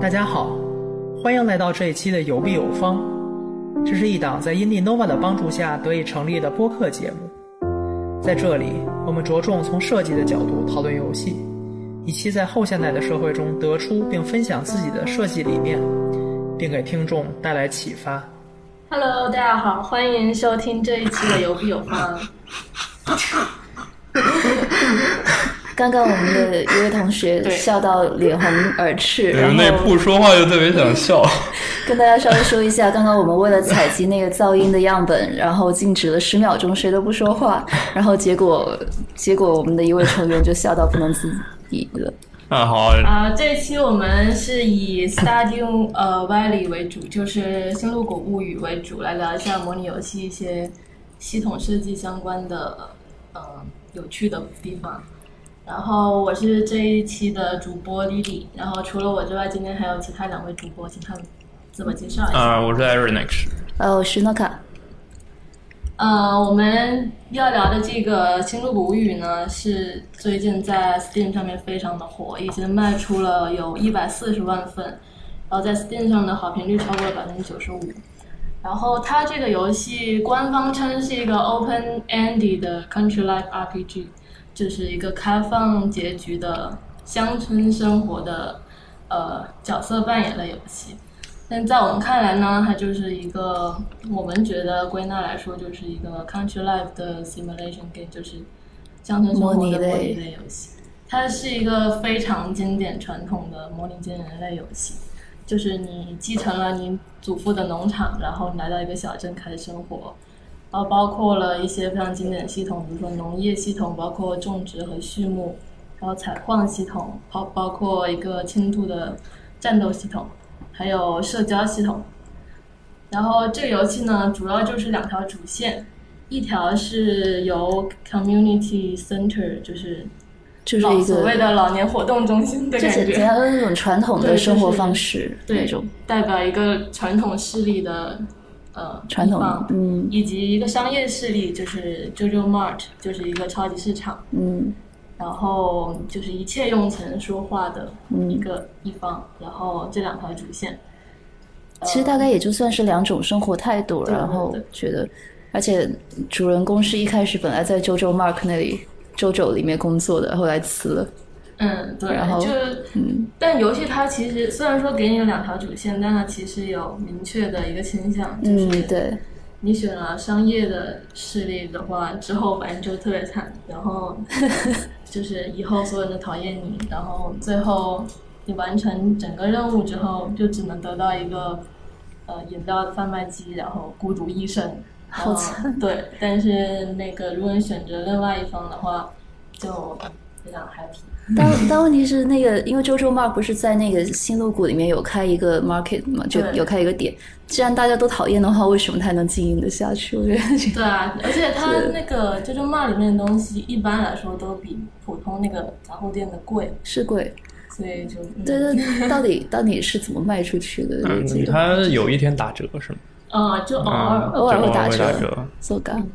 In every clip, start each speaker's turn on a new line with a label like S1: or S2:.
S1: 大家好，欢迎来到这一期的有必有方。这是一档在 Indinova 的帮助下得以成立的播客节目。在这里，我们着重从设计的角度讨论游戏，以期在后现代的社会中得出并分享自己的设计理念，并给听众带来启发。
S2: Hello，大家好，欢迎收听这一期的有必有方。
S3: 刚刚我们的一位同学
S2: 对
S3: 笑到脸红耳赤，
S4: 对，
S3: 然
S4: 那
S3: 后
S4: 不说话就特别想笑。
S3: 跟大家稍微说一下，刚刚我们为了采集那个噪音的样本，然后静止了十秒钟，谁都不说话，然后结果结果我们的一位成员就笑到不能自已了。
S4: 啊，好，
S2: 啊、这期我们是以 Stadium 呃 Valley 为主，就是《星露谷物语》为主，来聊一下模拟游戏一些系统设计相关的呃有趣的地方。然后我是这一期的主播 Lily，然后除了我之外，今天还有其他两位主播，请他们自我介绍一下。
S4: 啊，我是 Eric Next。
S3: 呃，我是诺卡，
S2: 呃，我们要聊的这个《星露谷物语》呢，是最近在 Steam 上面非常的火，已经卖出了有一百四十万份，然后呃在 Steam 上的好评率超过了百分之九十五。然后它这个游戏官方称是一个 open ended 的 country life RPG，就是一个开放结局的乡村生活的呃角色扮演类游戏。但在我们看来呢，它就是一个我们觉得归纳来说就是一个 country life 的 simulation game，就是乡村生活的模
S3: 模拟
S2: 拟
S3: 类
S2: 类游戏。它是一个非常经典传统的模拟经营类游戏，就是你继承了你祖父的农场，然后你来到一个小镇开始生活，然后包括了一些非常经典的系统，比如说农业系统，包括种植和畜牧，然后采矿系统，包包括一个轻度的战斗系统，还有社交系统。然后这个游戏呢，主要就是两条主线，一条是由 community center，就是
S3: 就是
S2: 老
S3: 一
S2: 哦所谓
S3: 个
S2: 的老年活动中心的
S3: 这
S2: 感
S3: 简简
S2: 觉，
S3: 单的那种传统
S2: 对
S3: 的
S2: 就是
S3: 生活方式那
S2: 对
S3: 种，
S2: 代表一个传统势力的呃
S3: 传统
S2: 地方
S3: 嗯
S2: 以及一个商业势力，就是 JoJo Mart，就是一个超级市场，
S3: 嗯
S2: 然后就是一切用钱说话的一
S3: 嗯，
S2: 个一方，然后这两条主线，
S3: 其实大概也就算是两种生活态度，
S2: 对
S3: 然后
S2: 对对
S3: 觉得，而且主人公是一开始本来在 JoJo Mark 那里 JoJo 里面工作的，后来辞了。
S2: 嗯，对，
S3: 然后
S2: 就
S3: 嗯
S2: 但游戏它其实虽然说给你了两条主线，但它其实有明确的一个倾向，就是、
S3: 嗯， 对，
S2: 你选了商业的势力的话，之后反正就特别惨，然 后就是以后所有人都讨厌你，然后最后你完成整个任务之后，就只能得到一个呃饮料的贩卖机，然后孤独一生。
S3: 好
S2: 嗯
S3: 惨
S2: 对，但是那个如果你选择另外一方的话，就非常 happy。
S3: 但但问题是那个，因为周周 Mark 不是在那个新路谷里面有开一个 market 嘛，就
S2: 对
S3: 有开一个点。既然大家都讨厌的话，为什么他还能经营得下去？我觉得，
S2: 对啊，而且它那个 JoJo Mart 里面的东西，一般来说都比普通那个杂货店的贵，
S3: 是贵。
S2: 所以就嗯
S3: 对对，到底到底是怎么卖出去的？
S4: 嗯
S3: 这，种
S4: 他有一天打折是吗？
S2: 啊、就偶尔。
S4: 嗯
S3: 哦偶尔会打
S4: 就
S3: 折
S4: 偶尔 会打折
S3: 做岗，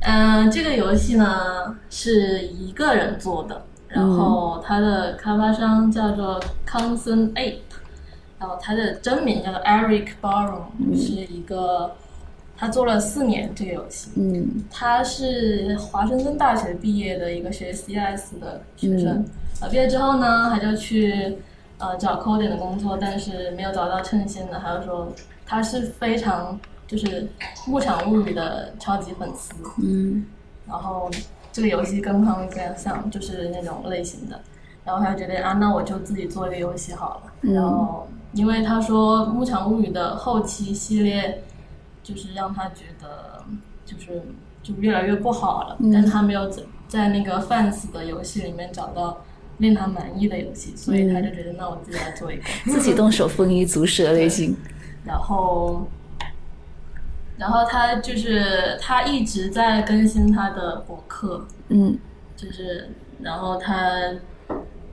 S2: 嗯、这个游戏呢是一个人做的，然后它的开发商叫做康森 Ape，然后他的真名叫做 Eric Baron，、是一个他做了四年这个游戏，
S3: 嗯
S2: 他是华盛顿大学毕业的一个学 CS 的学生，
S3: 嗯
S2: 呃，毕业之后呢，他就去呃找 coding 的工作，但是没有找到称心的，还有说他是非常就是《牧场物语》的超级粉丝，
S3: 嗯
S2: 然后这个游戏跟 p u n k 像，就是那种类型的。然后他就觉得啊，那我就自己做一个游戏好了。
S3: 嗯
S2: 然后因为他说《牧场物语》的后期系列，就是让他觉得就是就越来越不好了，
S3: 嗯
S2: 但他没有在在那个 fans 的游戏里面找到令他满意的游戏，所以他就觉得那我自己来 做一个。
S3: 自己动手丰衣足食了已经。
S2: 然后，然后他就是他一直在更新他的博客，
S3: 嗯
S2: 就是然后他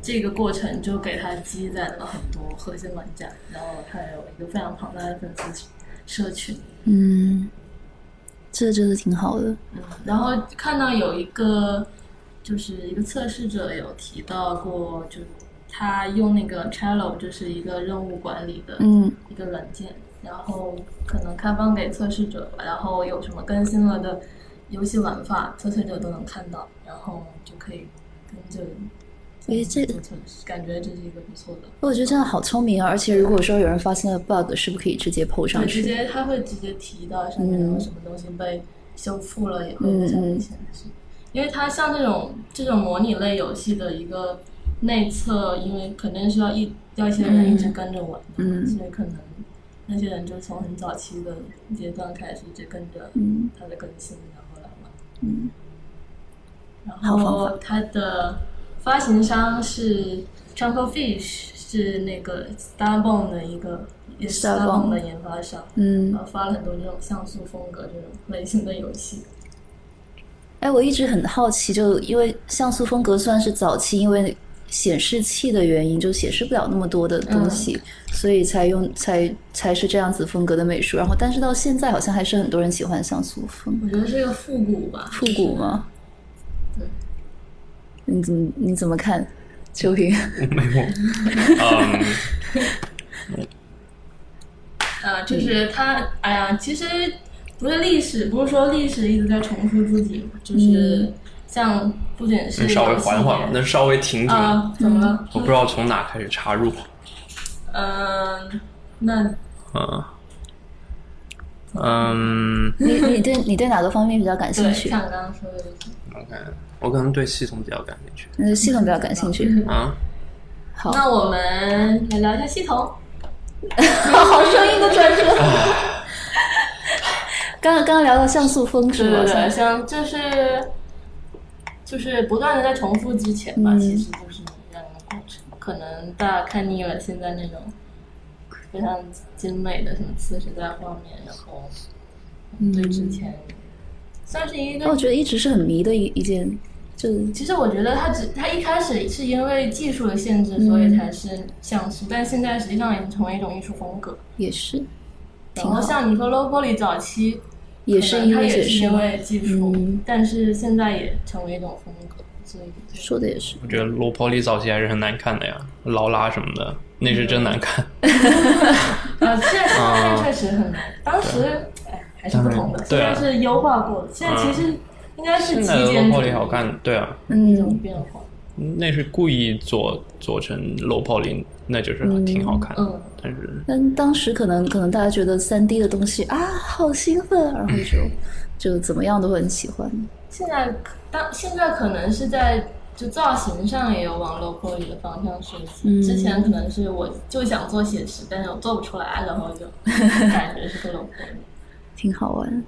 S2: 这个过程就给他积攒了很多核心玩家，然后他有一个非常庞大的粉丝社群。
S3: 嗯，这真的挺好的。
S2: 然后看到有一个就是一个测试者有提到过，就他用那个 Trello，就是一个任务管理的
S3: 嗯
S2: 一个软件，然后可能开放给测试者吧，然后有什么更新了的游戏玩法，测试者都能看到，然后就可以跟着。
S3: 诶这
S2: 做测试感觉这是一个不错的，
S3: 我觉得真的好聪明啊！而且如果说有人发现了 bug，是不是可以直接 PO 上
S2: 对，直
S3: 去？嗯
S2: 接他会直接提到上面有什么东西被修复了以后
S3: 嗯嗯
S2: 才会显示，因为它像这种这种模拟类游戏的一个内测，因为肯定是要一要一些人一直跟着玩的，
S3: 嗯
S2: 所以可能那些人就从很早期的阶段开始就跟着
S3: 嗯
S2: 它的更新，然后来玩。
S3: 嗯，
S2: 然后它的发行商是 Chunko Fish，是那个 Starbone 的一个也是
S3: Starbone
S2: Starbone 的研发商。
S3: 嗯
S2: 然，后发了很多这种像素风格这种类型的游戏。
S3: 哎，我一直很好奇，就因为像素风格算是早期，因为显示器的原因，就显示不了那么多的东西，
S2: 嗯
S3: 所以才用才才是这样子风格的美术。然后，但是到现在好像还是很多人喜欢像素风
S2: 我觉得是个复古吧，
S3: 复古吗？
S2: 对
S3: 你怎么你怎么看？秋萍，
S4: 没有，嗯，
S2: 啊，就是它，哎呀，其实不是历史，不是说历史一直在重复自己嘛，就是像不仅是
S4: 能稍微
S2: 游戏
S4: 缓缓吗？能稍微停停？
S3: 嗯
S2: 啊，怎么了？
S4: 我不知道从哪开始插入。
S2: 嗯，那
S4: 嗯，嗯
S3: 你你对你对哪个方面比较感兴
S2: 对，
S3: 趣？
S2: 像刚刚说的就是，
S4: ，OK，我可能对系统比较感兴趣。
S3: 你对系统比较感兴
S2: 嗯
S3: 趣？
S4: 啊，
S3: 好，
S2: 那我们来聊一下系统。
S3: 好声音的转折。 刚刚刚聊到像素风是
S2: 对
S3: 吗
S2: 对？对，像就是就是不断的在重复之前吧，
S3: 嗯
S2: 其实就是这样的过程。可能大家看腻了现在那种非常精美的什么次时代画面，然后对之前、算是一
S3: 那哦我
S2: 个。
S3: 觉得一直是很迷的一一件，就是
S2: 其实我觉得它只它一开始是因为技术的限制，所以才是像素，但现在实际上已经成为一种艺术风格。
S3: 也是
S2: 然
S3: 挺好
S2: 后像你说 low 玻璃早期
S3: 也是因
S2: 它
S3: 为
S2: 也
S3: 解
S2: 是
S3: 释
S2: 因
S3: 吗，
S2: 为技术，
S3: 嗯
S2: 但是现在也成为一种风格，所以就
S3: 说的也是。
S4: 我觉得罗伯利早期还是很难看的呀，劳拉什么的，那是真难看。
S2: 啊，现在现在确实很难。当时哎还是不同的，现在
S4: 当然
S2: 是优化过的，现在其实应该是
S4: 现
S2: 极
S4: 在的
S2: 简
S4: 呃罗伯
S2: 主
S4: 利
S2: 义
S4: 好看，对啊，
S2: 一
S3: 嗯
S2: 种变化。
S4: 那是故意做做成 low poly，那就是挺好看的。
S2: 嗯
S4: 但是
S3: 但当时可能可能大家觉得三 D 的东西啊好兴奋，然后就就怎么样都会很喜欢。
S2: 现在可当现在可能是在就造型上也有往 low poly 的方向设计，
S3: 嗯
S2: 之前可能是我就想做写实，但是我做不出来，然后就感觉是个 low poly。
S3: 挺好玩。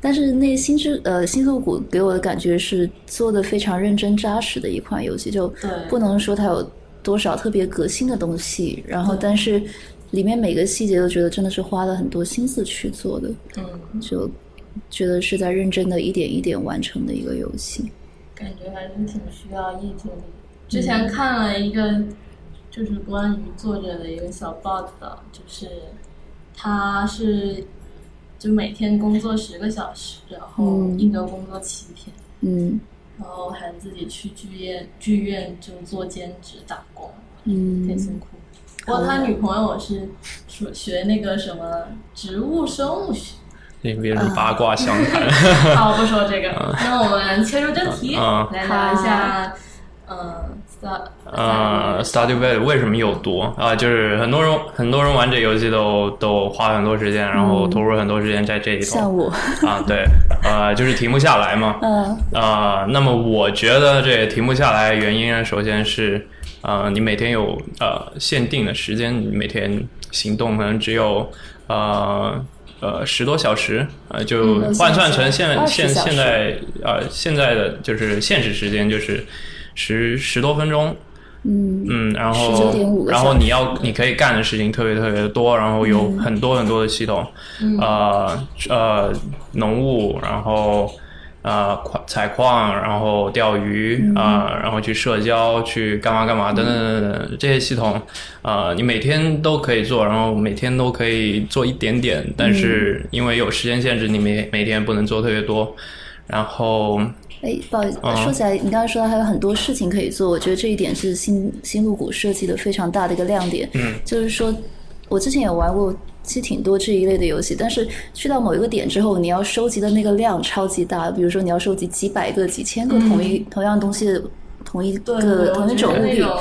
S3: 但是那新之呃新宿谷给我的感觉是做的非常认真扎实的一款游戏，就
S2: 对
S3: 不能说它有多少特别革新的东西，然后
S2: 对
S3: 但是里面每个细节都觉得真的是花了很多心思去做的，
S2: 嗯，
S3: 就觉得是在认真的一点一点完成的一个游戏。
S2: 感觉还是挺需要意志力
S3: 嗯
S2: 的。之前看了一个，就是关于作者的一个小报道，就是他是就每天工作十个小时，然后
S3: 嗯
S2: 一周工作七天，
S3: 嗯
S2: 然后还自己去剧院剧院就做兼职打工，挺
S3: 嗯
S2: 辛苦。不过他女朋友是学学那个什么植物生物 学。
S4: 那别
S3: 啊
S4: 人八卦相谈，
S2: 好，不说这个。那我们切入正题，
S4: 嗯
S2: 来聊一下，嗯，Star，
S4: 呃，Stardew Valley 为什么有毒啊、就是很多人很多人玩这游戏都都花很多时间，然后投入很多时间在这
S3: 嗯
S4: 里
S3: 像
S4: 头、
S3: 我，
S4: 啊，对，呃，就是停不下来 嘛。
S3: 嗯
S4: 啊、那么我觉得这也停不下来，原因啊首先是，呃，你每天有呃限定的时间，你每天行动可能只有呃呃十多小时，呃，就
S3: 嗯
S4: 换算成现
S3: 20
S4: 现
S3: 小时
S4: 现在呃现在的就是现实时间就是十十多分钟，
S3: 嗯
S4: 嗯，然后
S3: 19.5个
S4: 然
S3: 小
S4: 后
S3: 时
S4: 你要你可以干的事情特别特别的多，然后有很多很多的系统，呃呃，农务，然后呃矿采矿，然后钓鱼啊、呃然后去社交，去干嘛干嘛等等等等等这些系统，呃，你每天都可以做，然后每天都可以做一点点，但是因为有时间限制，你每每天不能做特别多，然后
S3: 哎，不好意思，
S4: 嗯
S3: 说起来，你刚才说到还有很多事情可以做，我觉得这一点是新新露谷设计的非常大的一个亮点。
S4: 嗯，
S3: 就是说，我之前也玩过，其实挺多这一类的游戏，但是去到某一个点之后，你要收集的那个量超级大，比如说你要收集几百个、几千个同一、同样东西的同一
S2: 对，
S3: 个呃
S2: 我
S3: 同一
S2: 觉
S3: 种
S2: 得
S3: 物
S2: 那
S3: 品，
S2: 种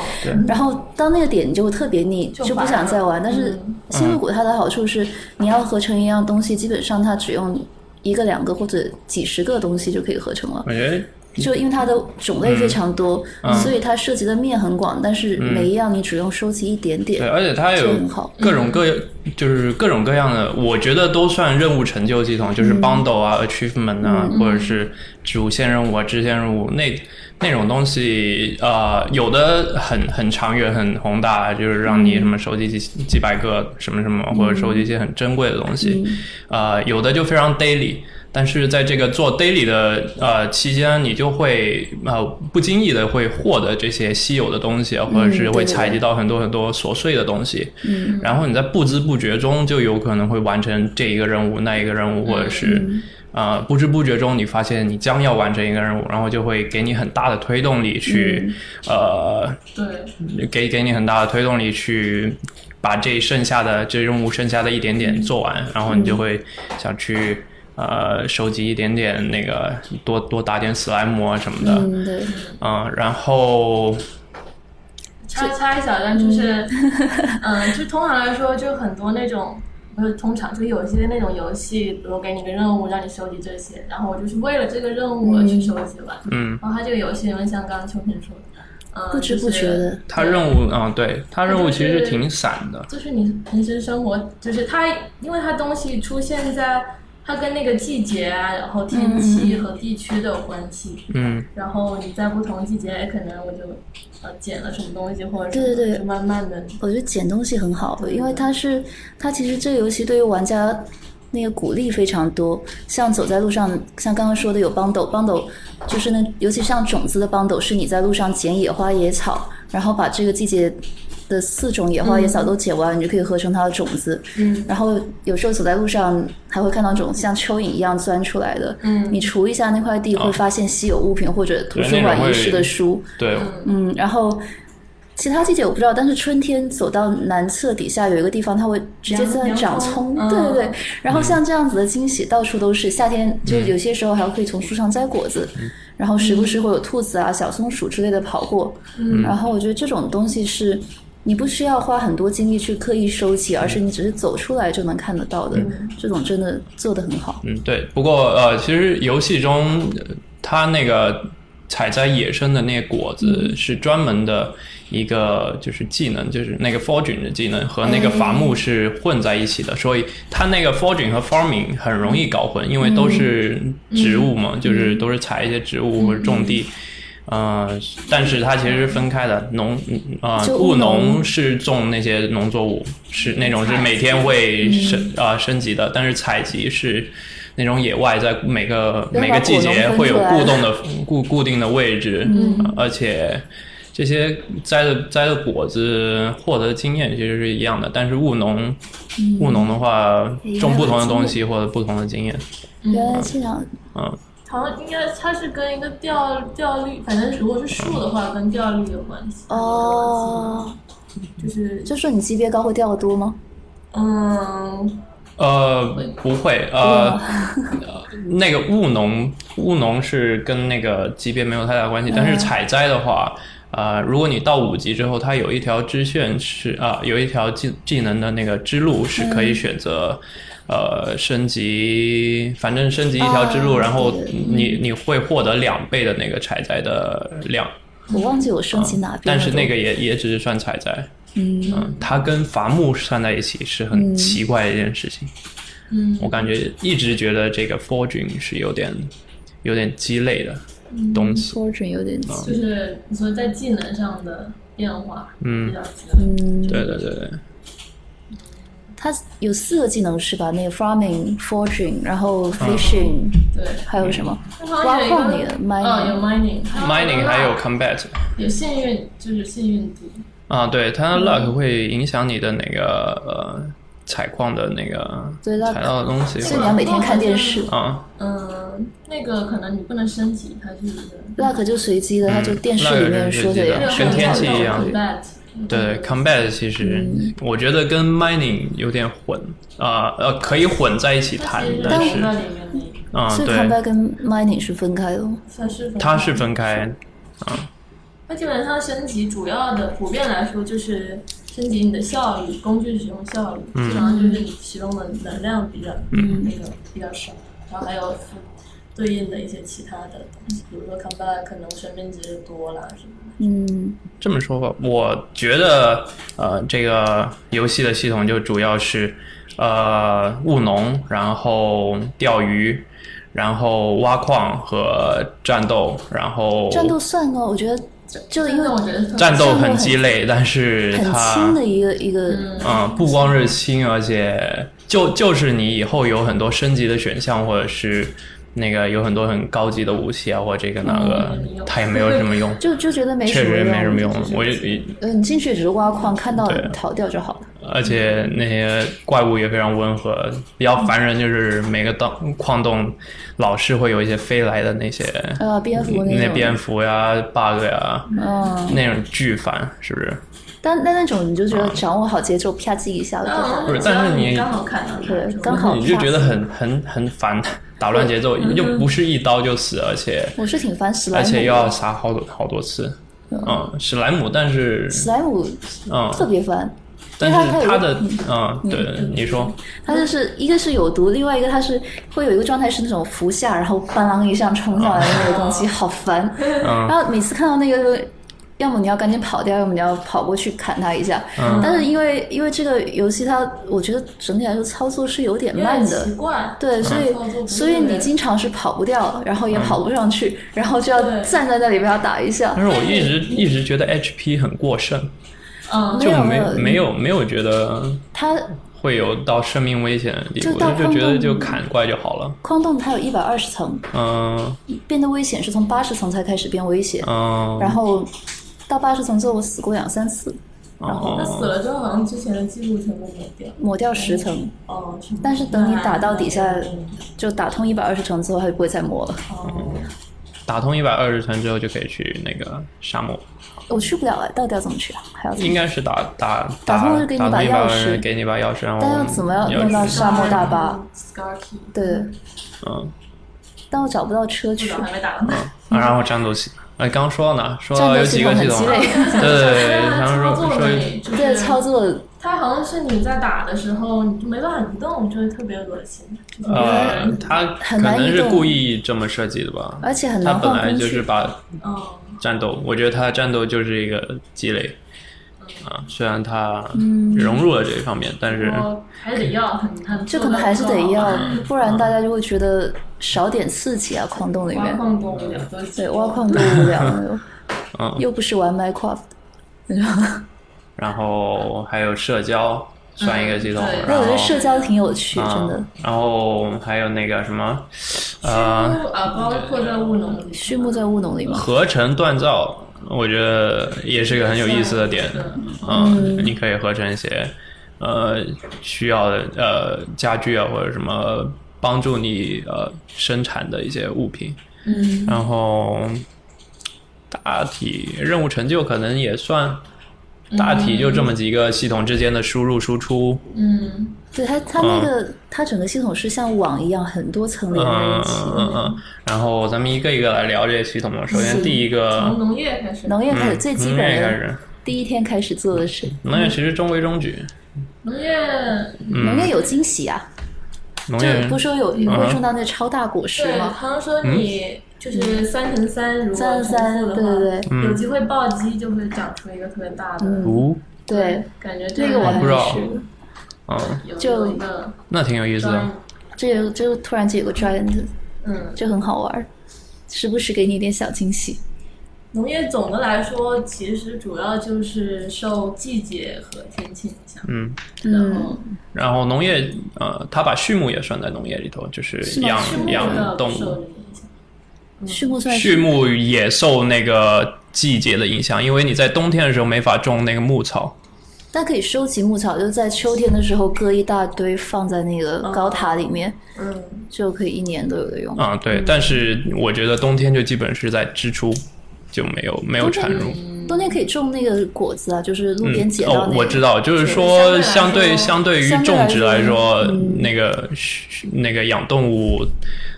S3: 然后到那个点，你就特别腻，
S2: 就
S3: 就不想再玩。
S2: 烦了
S3: 但是星露谷它的好处是，你要合成一样东西，基本上它只用一个、两个或者几十个东西就可以合成了。
S4: 我觉得
S3: 就因为它的种类非常多，
S4: 嗯
S3: 所以它涉及的面很广，但是每一样你只用收集一点
S4: 对，
S3: 点。
S4: 而且它有
S3: 很好嗯
S4: 各种各就是各种各样的，我觉得都算任务成就系统，就是
S3: 嗯
S4: bundle 啊、achievement 啊，或者是主线任务啊、支线任务那那种东西，呃，有的很很长远、很宏大，就是让你什
S3: 嗯
S4: 么收集几几百个什么什么，或者收集一些很珍贵的东西，
S3: 嗯
S4: 呃，有的就非常 daily。但是在这个做 daily 的呃期间，你就会呃不经意的会获得这些稀有的东西啊，或者是
S3: 对
S4: 会
S3: 嗯对
S4: 采集
S3: 对
S4: 到很多很多琐碎的东西。嗯，然后你在不知不觉中就有可能会完成这一个任务、那一个任务，或者是
S3: 嗯
S4: 呃不知不觉中你发现你将要完成一个任务，然后就会给你很大的推动力去、
S3: 嗯
S4: 呃
S2: 对，
S4: 给给你很大的推动力去把这剩下的这任务剩下的一点点做完，然后你
S3: 嗯
S4: 就会想去呃收集一点点那个多多打点史莱姆啊什么的，
S3: 嗯，
S4: 嗯、
S3: 对，
S4: 然后
S2: 插插一小段，就是，嗯，就通常来说，就很多那种，不是通常，就有些那种游戏，比如给你个任务，让你收集这些，然后我就是为了这个任务而去收集完。
S4: 嗯，
S2: 然后它这个游戏，因为像刚刚秋萍说的，嗯，
S3: 不知不觉的，
S4: 他任务啊、对他任务其实
S2: 就是
S4: 挺散的，
S2: 就是，就是你平时生活，就是它，因为它东西出现在它跟那个季节啊，然后
S3: 嗯
S2: 天气和地区都有关系。
S4: 嗯
S2: 然后你在不同季节，哎可能我就呃捡了什么东西，或者什么
S3: 对对对
S2: 就慢慢的，
S3: 我觉得捡东西很好，因为它是它其实这个游戏对于玩家那个鼓励非常多。像走在路上，像刚刚说的有帮斗，帮斗就是那尤其像种子的帮斗，是你在路上捡野花野草，然后把这个季节。的四种野花野草都捡完，你就可以合成它的种子。
S2: 嗯，
S3: 然后有时候走在路上，还会看到这种像蚯蚓一样钻出来的。
S2: 嗯
S3: 你锄一下那块地，会发现稀有物品或者图
S4: 哦对
S3: 书
S4: 那种
S3: 馆
S4: 会
S3: 遗失的书。
S4: 对，
S3: 嗯，然后其他季节我不知道，但是春天走到南侧底下有一个地方，它会直接在那长葱，
S2: 洋洋葱
S3: 对对对。
S2: 嗯
S3: 然后像这样子的惊喜到处都是，夏
S4: 嗯
S3: 天就有些时候还可以从树上摘果子，然后时不时会有兔子啊、小松鼠之类的跑过。
S2: 嗯
S3: 然后我觉得这种东西是。你不需要花很多精力去刻意收集，
S4: 嗯
S3: 而是你只是走出来就能看得到的，这种真的做得很好。
S4: 嗯，对。不过呃，其实游戏中呃它那个采摘野生的那个果子是专门的一个就是技能，就是那个 forging 的技能和那个伐木是混在一起的，所以它那个 forging 和 farming 很容易搞混，因为都是植物嘛，就是都是采一些植物或者种地。呃，但是它其实是分开的，农啊、
S3: 就
S4: 务
S3: 务农
S4: 农是种那些农作物，是那种是每天会
S3: 嗯
S4: 升啊、升级的，但是采集是那种野外，在每个
S3: 要把
S4: 每个季节会有
S3: 果农分出嗯
S4: 固定的固固定的位置，
S2: 嗯
S4: 呃而且这些摘的摘的果子获得的经验其实是一样的，但是务农、务农的话
S3: 嗯也
S4: 种
S3: 要
S4: 不
S3: 有
S4: 同的
S3: 经
S4: 东
S3: 验
S4: 西获得不同的经验，
S3: 原来这样，
S4: 嗯，
S2: 好像应该它是跟一个调调律，反正如果是树的话，跟调律有关系。
S3: 哦，
S2: 就是
S3: 就说你级别高会掉的多吗？
S2: 嗯，
S4: 呃，不会，呃，呃那个务农，务农是跟那个级别没有太大关系，
S3: 嗯
S4: 但是采摘的话，呃，如果你到五级之后，它有一条支线是啊、有一条技技能的那个支路是可
S3: 嗯
S4: 以选择。呃，升级，反正升级一条支路，
S3: 哦
S4: 然后
S3: 对
S4: 你你会获得两倍的那个采摘的量，
S3: 我忘记我升级哪边
S4: 嗯但
S3: 了
S4: 是
S3: 都
S4: 那个也也只是算采摘，
S3: 嗯，
S4: 嗯，它跟伐木算在一起是很奇怪的一件事情。
S2: 嗯，
S4: 我感觉一直觉得这个 forging 是有点有点鸡肋的
S3: 嗯
S4: 东西。
S3: ，fortune 有点
S4: 啊
S3: 急，
S2: 就是你说在技能上的变化比
S4: 嗯，
S2: 较激烈。
S3: 嗯，
S4: 对对对对，
S3: 它有四个技能是吧？那个 farming、fortune，然
S4: 啊
S3: 后 fishing，、
S2: 对，
S3: 还有什么？
S4: 嗯
S2: 它好像有一个
S3: 挖矿里的 mining
S2: 嗯，有 mining，它
S4: mining 还有 combat
S2: 有幸运，就是幸运度。
S4: 啊，对，它
S3: 嗯
S4: luck 会影响你的那个呃采矿的那个
S3: 对，那
S4: 采到的东西
S3: 所以你要每天看电视。
S4: 啊，
S2: 嗯，那个可能你不能升级，它就是一个
S3: luck 就随机的，它就电视里面说
S4: 那个
S3: 呀，
S4: 嗯是随机的跟天气一样
S2: 热火战斗 combat，
S4: 对，combat
S3: 嗯
S4: 其实我觉得跟 mining 有点混啊，呃，可以混在一起
S2: 它
S4: 谈
S2: 其实，
S4: 但是
S2: 是那里面的一个
S4: 啊，
S3: 所以 combat
S4: 对，
S3: 跟 mining 是分开的哦。
S2: 算是分
S4: 它是分开，
S2: 它基本上升级主要的普遍来说就是升级你的效率，工具使用效率，
S4: 嗯
S2: 基本上就是你使用的能量比较、那个比较少，然后还有附对应的一些其他的东西，比如说 combat 可能生命值多啦什么的。
S3: 嗯，
S4: 呃这么说吧，我觉得呃，这个游戏的系统就主要是呃务农，然后钓鱼，然后挖矿和战斗，然后
S3: 战斗算哦，我觉得就
S2: 但
S3: 因为
S2: 是我觉得特别
S4: 战斗很
S3: 很
S4: 鸡肋，但是
S3: 很
S4: 它
S3: 轻的一个一个，
S4: 嗯，不光是轻，而且就就是你以后有很多升级的选项，或者是那个有很多很高级的武器啊，或者这个那个
S2: 嗯没用，
S4: 它也没有什么用，
S3: 就就觉得没什
S4: 确
S3: 么
S4: 实
S3: 用，
S4: 没什么用
S3: 就是。
S4: 我就
S3: 呃，你进去也只是挖矿，看到
S4: 对
S3: 逃掉就好了。
S4: 而且那些怪物也非常温和，比较烦人就是每个洞矿洞老是会有一些飞来的那些
S3: 呃，蝙蝠
S4: 嗯那
S3: 种，
S4: 蝙蝠呀、bug 呀，
S3: 嗯，
S4: 那种巨烦，是不是？
S3: 但但那种你就觉得掌握好节奏，啪叽一下就好
S2: 嗯，
S3: 了。
S4: 不是但是
S2: 只要
S4: 你
S2: 刚好看到它
S3: 对
S2: 就
S3: 刚好
S4: 你就觉得很很很烦，打乱节奏，又不是一刀就死，而且。
S3: 我是挺烦史莱
S4: 而
S3: 姆
S4: 且
S3: 的，
S4: 又要杀好多好多次。嗯，史莱姆，但是
S3: 史莱姆
S4: 嗯，
S3: 特别烦，因
S4: 但
S3: 为它它
S4: 是
S3: 有
S4: 他
S3: 一个
S4: 的嗯，对，你说
S3: 它就是一个是有毒，另外一个它是会有一个状态是那种伏下，然后哐啷一下冲上来的那个东西，好烦。
S4: 嗯
S3: 然后每次看到那个，要么你要赶紧跑掉，要么你要跑过去砍它一下。
S4: 嗯
S3: 但是因为因为这个游戏它，我觉得整体来说操作是有点
S2: 有
S3: 慢
S2: 点
S3: 的
S4: 嗯
S2: 奇。怪，
S3: 对，所以、
S2: 操作不是
S3: 所以你
S2: 很
S3: 经常是跑不掉，然后
S4: 嗯
S3: 也跑不上去，然后就要
S2: 对
S3: 站在那里被它打一下
S4: 但。是我一直一直觉得 HP 很过剩，
S2: 嗯，
S4: 就没
S3: 有嗯
S4: 没有没有觉得
S3: 它
S4: 会有到生命危险的地步，
S3: 就到
S4: 就就觉得
S3: 矿洞
S4: 就砍怪就好了。
S3: 矿洞它有一百二十层，
S4: 嗯
S3: 变得危险是从八十层才开始变危险，然
S4: 嗯，
S3: 后到八十层之后我死过两三次，
S2: 那死
S4: 哦，
S2: 了之后，好像之前的记录全部抹掉。
S3: 抹掉十层，
S2: 哦，
S3: 但是等你打到底下
S2: 嗯，
S3: 就打通一百二十层之后，它就不会再磨了。
S2: 哦，
S4: 打通一百二十层之后就可以去那个沙漠，
S3: 我去不了哎，到底要怎么去啊？还要怎
S4: 应
S3: 么？
S4: 该是打打
S3: 打通了就
S4: 打
S3: 给你
S4: 打
S3: 把
S4: 通一百
S3: 钥
S4: 二
S3: 匙
S4: 十，给你把钥匙，然后
S3: 但要怎么样
S4: 你要
S3: 弄到
S4: 去
S3: 沙漠大巴
S2: ，Scar Key，
S3: 对，
S4: 嗯，
S3: 但我找不到车
S2: 不
S3: 去
S2: 早。还没打到。
S4: 啊然后战斗系，哎，刚刚说到哪？说
S3: 战
S4: 到
S3: 斗
S4: 有
S3: 系
S4: 几
S3: 统
S4: 个系
S3: 很
S4: 统
S3: 鸡
S4: 啊？
S3: 肋，
S4: 对对 对，
S2: 它
S4: 然
S2: 操
S4: 后说
S2: 作
S4: 说
S2: 的你就是
S3: 对操作
S2: 它好像是你在打的时候，你就没办法移动，就会特别恶心。就是
S4: 呃，他可
S3: 很难
S4: 能
S3: 移
S4: 是
S3: 动
S4: 故意这么设计的吧？
S3: 而且很
S4: 他
S3: 难
S4: 本
S3: 换
S4: 来
S3: 工
S4: 就是
S3: 具。
S4: 把
S2: 嗯，
S4: 战斗，我觉得他的战斗就是一个积累啊，虽然他
S3: 嗯
S4: 融入了这一方面，但是
S2: 嗯
S3: 哦
S2: 我还得要很很，
S3: 这可能还是
S2: 嗯
S3: 得
S2: 啊
S3: 要，不然大家就会觉得少点刺激啊！矿洞里
S2: 挖
S3: 面，
S2: 矿多无聊，都是
S3: 对挖矿多无聊，
S4: 嗯哦
S3: 又不是玩 Minecraft。
S4: 然后还有社交算一个系统，
S2: 嗯对
S3: 那
S4: 然
S3: 我
S4: 后
S3: 觉得社交挺有趣，
S4: 啊
S3: 真的。
S4: 然后还有那个什么呃
S2: 啊，包括在务农里，
S3: 畜牧在务农里嘛，
S4: 合成锻造，我觉得也是一个很有意思的点。嗯，你可以合成一些呃需要的呃家具啊，或者什么帮助你呃生产的一些物品。嗯，然后大体任务成就可能也算。
S3: 嗯
S4: 大体就这么几个系统之间的输入输出，
S2: 嗯，
S3: 对它它那个它整个系统是像网一样，很多层连在
S4: 嗯
S3: 一起。
S4: 嗯嗯，然后咱们一个一个来聊这些系统吧。首先第一
S2: 从
S4: 个，
S2: 农业开始，
S3: 农业开始
S4: 嗯
S3: 最基
S4: 从
S3: 本
S4: 这个开
S3: 的，嗯
S4: 始，
S3: 第一天开始做的事，
S4: 农业其实中规中矩，
S2: 农业
S3: 农业有惊喜啊！
S4: 农
S3: 就
S4: 业
S3: 不是说有有会种到那超大果实
S2: 对，
S3: 吗？
S4: 嗯
S2: 好像说你就是三乘三，如果
S3: 三三
S2: 重复的
S3: 对
S2: 话，
S3: 对嗯
S4: 嗯
S2: 有机会暴击就会长出一个特别大的。
S4: 哦，
S3: 对，
S2: 感觉这
S3: 那个我还
S4: 不
S3: 没
S4: 知道
S3: 试。
S4: 嗯，
S2: 有
S3: 就
S2: 有一个
S4: 那挺有意思
S2: 专
S4: 的。
S3: 这个就突然间有个 giant，
S2: 嗯，
S3: 就很好玩儿，时不时给你一点小惊喜。
S2: 农业总的来说，其实主要就是受季节和天气影响。
S4: 嗯，
S2: 然后
S4: 然后农业，呃，他把畜牧也算在农业里头，就是
S3: 吗
S4: 养
S2: 畜牧
S4: 养
S2: 的
S4: 动
S2: 受
S4: 物。
S2: 这个影响。
S3: 畜牧算
S4: 嗯畜
S3: 是
S4: 牧也受那个季节的影响，因为你在冬天的时候没法种那个牧草。
S3: 但可以
S4: 嗯
S3: 收集牧草，就是在秋天的时候割一大堆放在那个高塔里面，
S2: 嗯，
S3: 就可以一年都有的用。
S4: 啊，对，但是我觉得冬天就基本是在支出，就没有没有
S3: 冬天
S4: 产入。
S3: 冬天可以种那个果子啊，就是路边
S4: 嗯
S3: 捡到
S4: 哦
S3: 那，个。
S4: 我知道，就是
S3: 对
S4: 说
S2: 相
S4: 相
S2: 对来说
S4: 对相对于
S3: 相对来
S4: 种植来
S3: 说
S4: 说，
S3: 嗯
S4: 那个那个养动物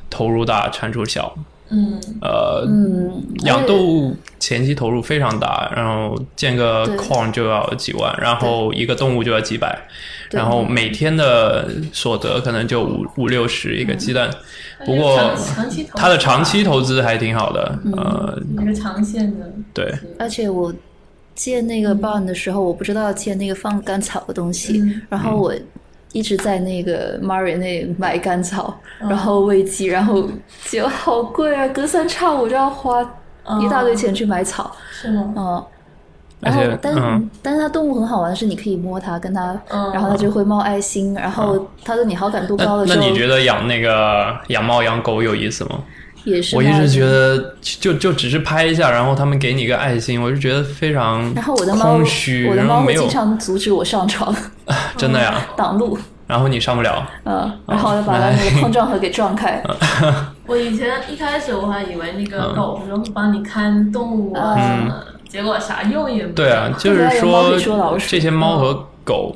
S4: 投入大，产出小。
S2: 嗯，
S4: 呃，
S3: 嗯，
S4: 养动物前期投入非常大，然后建个
S3: 对
S4: 框就要几万，然后一个动物就要几百，
S3: 对
S4: 然后每天的所得可能就五五六十
S3: 嗯
S4: 一个鸡蛋。不过
S2: 但是长期投资
S4: 它的长期投资还挺好的，
S3: 嗯
S4: 呃，
S2: 那个长线的，
S4: 对，
S3: 而且我建那个 barn 的时候，我不知道建那个放干草的东西，
S2: 嗯
S3: 然后我一直在那个 Murray 那买干草，
S2: 嗯
S3: 然后喂鸡，然后就好贵啊，隔三差五就要花一大堆钱去买草，
S2: 嗯是吗？
S3: 嗯。
S4: 而
S3: 然
S4: 且
S3: 后，但、
S4: 嗯
S3: 但是它动物很好玩的是，你可以摸它，跟它，
S2: 嗯
S3: 然后它就会冒爱心，然后它对你好感度
S4: 嗯那
S3: 高了
S4: 那
S3: 之后
S4: 你，觉得养那个养猫养狗有意思吗？
S3: 也是
S4: 我一
S3: 冒爱
S4: 直
S3: 心
S4: 觉得就就只是拍一下，然后他们给你一个爱心，我就觉得非常
S3: 然后我的猫，
S4: 空虚，
S3: 我的
S4: 然
S3: 猫
S4: 后没
S3: 会
S4: 有
S3: 经常嗯阻止我上床
S4: 真的呀，
S3: 挡路，
S4: 然后你上不了，
S3: 嗯，然
S4: 哦
S3: 后就把它那个碰撞盒给撞开，
S4: 嗯
S2: 我以前一开始我还以为那个狗不是会帮你看动物
S3: 嗯
S2: 啊什么的，结果啥用也没有。
S4: 对啊，就
S3: 不
S4: 是
S3: 要用猫
S4: 说
S3: 去捉老鼠嗯
S4: 这些猫和狗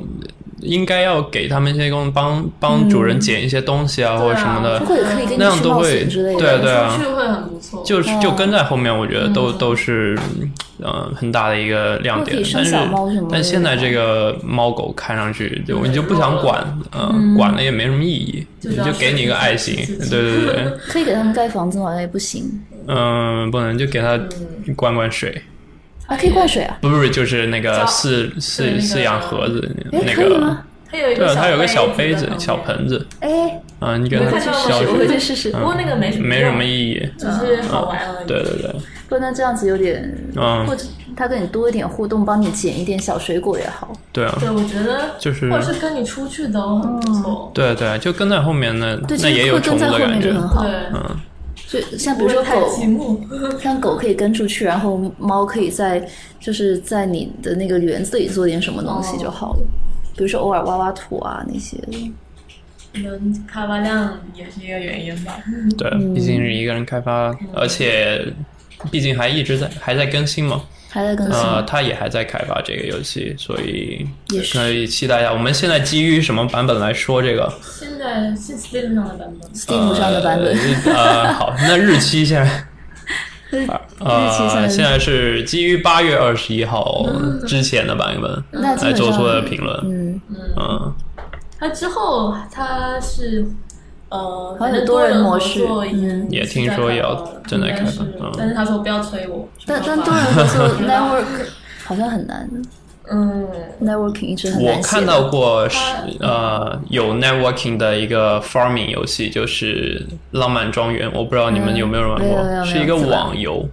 S4: 应该要给他们一些工，帮
S3: 嗯
S4: 帮主人捡一些东西啊，或者什么
S2: 对啊
S4: 的
S3: 或，者可以跟
S4: 那
S3: 你
S4: 样
S3: 去
S4: 都
S3: 冒
S4: 会
S3: 险之类的。
S4: 对啊对啊
S2: 出去会很不错。
S4: 就是就跟在后面，我觉得
S2: 嗯
S4: 都都是呃很大的一个亮
S3: 或者可以
S4: 点。
S3: 生
S4: 但是
S3: 小猫什么的
S4: 但现在这个猫狗看上去就你就不想管，嗯，管了也没什么意义，
S2: 就
S4: 你
S2: 当
S4: 就给你一个爱心
S2: 是自，己
S4: 对对对，
S3: 可以给他们盖房子吗？也不行，
S4: 嗯，不能就给它灌灌水，
S3: 啊，可以灌水啊？
S4: 不不不，就是那
S2: 浇
S4: 个饲
S2: 对那个
S4: 饲饲养盒子
S3: 哎，
S4: 那
S3: 可以
S4: 个
S3: 吗，？
S2: 它有一
S4: 对
S2: 个
S4: 啊，它有个小杯
S2: 子
S4: 子
S2: 在旁边、
S4: 小盆子，
S3: 哎，
S4: 啊，你给
S2: 我
S4: 它
S2: 看到了
S4: 浇
S2: 是
S3: 我
S4: 水
S3: 回。去试试。
S2: 不过那个没什么，
S4: 嗯没什么，意义，嗯
S2: 只是好玩而已。
S4: 对对对，
S3: 不，那这样子有点，
S4: 嗯
S3: 或者他跟你多一点互动，帮你捡一点小水果也好。
S4: 对啊，
S2: 对，我觉得
S4: 就是
S2: 或者是跟你出去都很
S3: 嗯
S2: 不错。
S4: 对对，就跟在后面那
S3: 对，
S4: 那
S3: 就
S4: 也
S3: 是
S4: 有
S3: 会
S4: 宠
S3: 跟在
S4: 物
S3: 后
S4: 的感
S3: 面
S4: 觉
S3: 就，很好。
S2: 对，
S4: 嗯，
S3: 就像比
S2: 不
S3: 如说
S2: 会太
S3: 狗，
S2: 寂寞。
S3: 像狗可以跟出去，然后猫可以在就是在你的那个园子里做点什么东西就好了。比如说偶尔挖挖土啊那些，
S2: 可能开发量也是一个原因吧。
S4: 对，
S3: 嗯
S4: 毕竟是一个人开发，而且毕竟还一直在还在更新嘛，
S3: 还在更新。
S4: 呃，他也还在开发这个游戏，所以
S3: 也是
S4: 可以期待一下。我们现在基于什么版本来说这个？
S2: 现在是 Steam 上的版本，
S3: Steam 上的版本，
S4: 呃日呃， 好，那日期现在。
S3: 日期
S4: 呃，
S3: 上
S4: 现在是基于八月二十一号之前的版本
S3: 嗯那基
S4: 来
S3: 本
S4: 做出的
S3: 上，
S4: 评论，
S3: 嗯，
S4: 嗯，
S2: 它之后它是呃，
S3: 好像有
S2: 反正
S3: 多人
S2: 人
S3: 模
S2: 合
S3: 式
S2: 作已经
S3: 嗯
S4: 也听说也要正在开发
S2: 应该是
S4: 嗯
S2: 但是他说不要催我。
S3: 但
S2: 说
S3: 但
S2: 不要
S3: 多
S2: 发
S3: 人合 作
S2: 不知道
S3: network 好像很难
S2: 嗯，
S3: ，networking 一直很难
S4: 我
S3: 写
S4: 看
S3: 的
S4: 到过是
S2: 它
S4: 呃有 networking 的一个 farming 游戏，就是《浪漫庄园》，我不知道你们
S3: 嗯
S4: 有没有玩过，
S3: 没有没有
S4: 是一
S3: 没有
S4: 个
S3: 怎么
S4: 网游。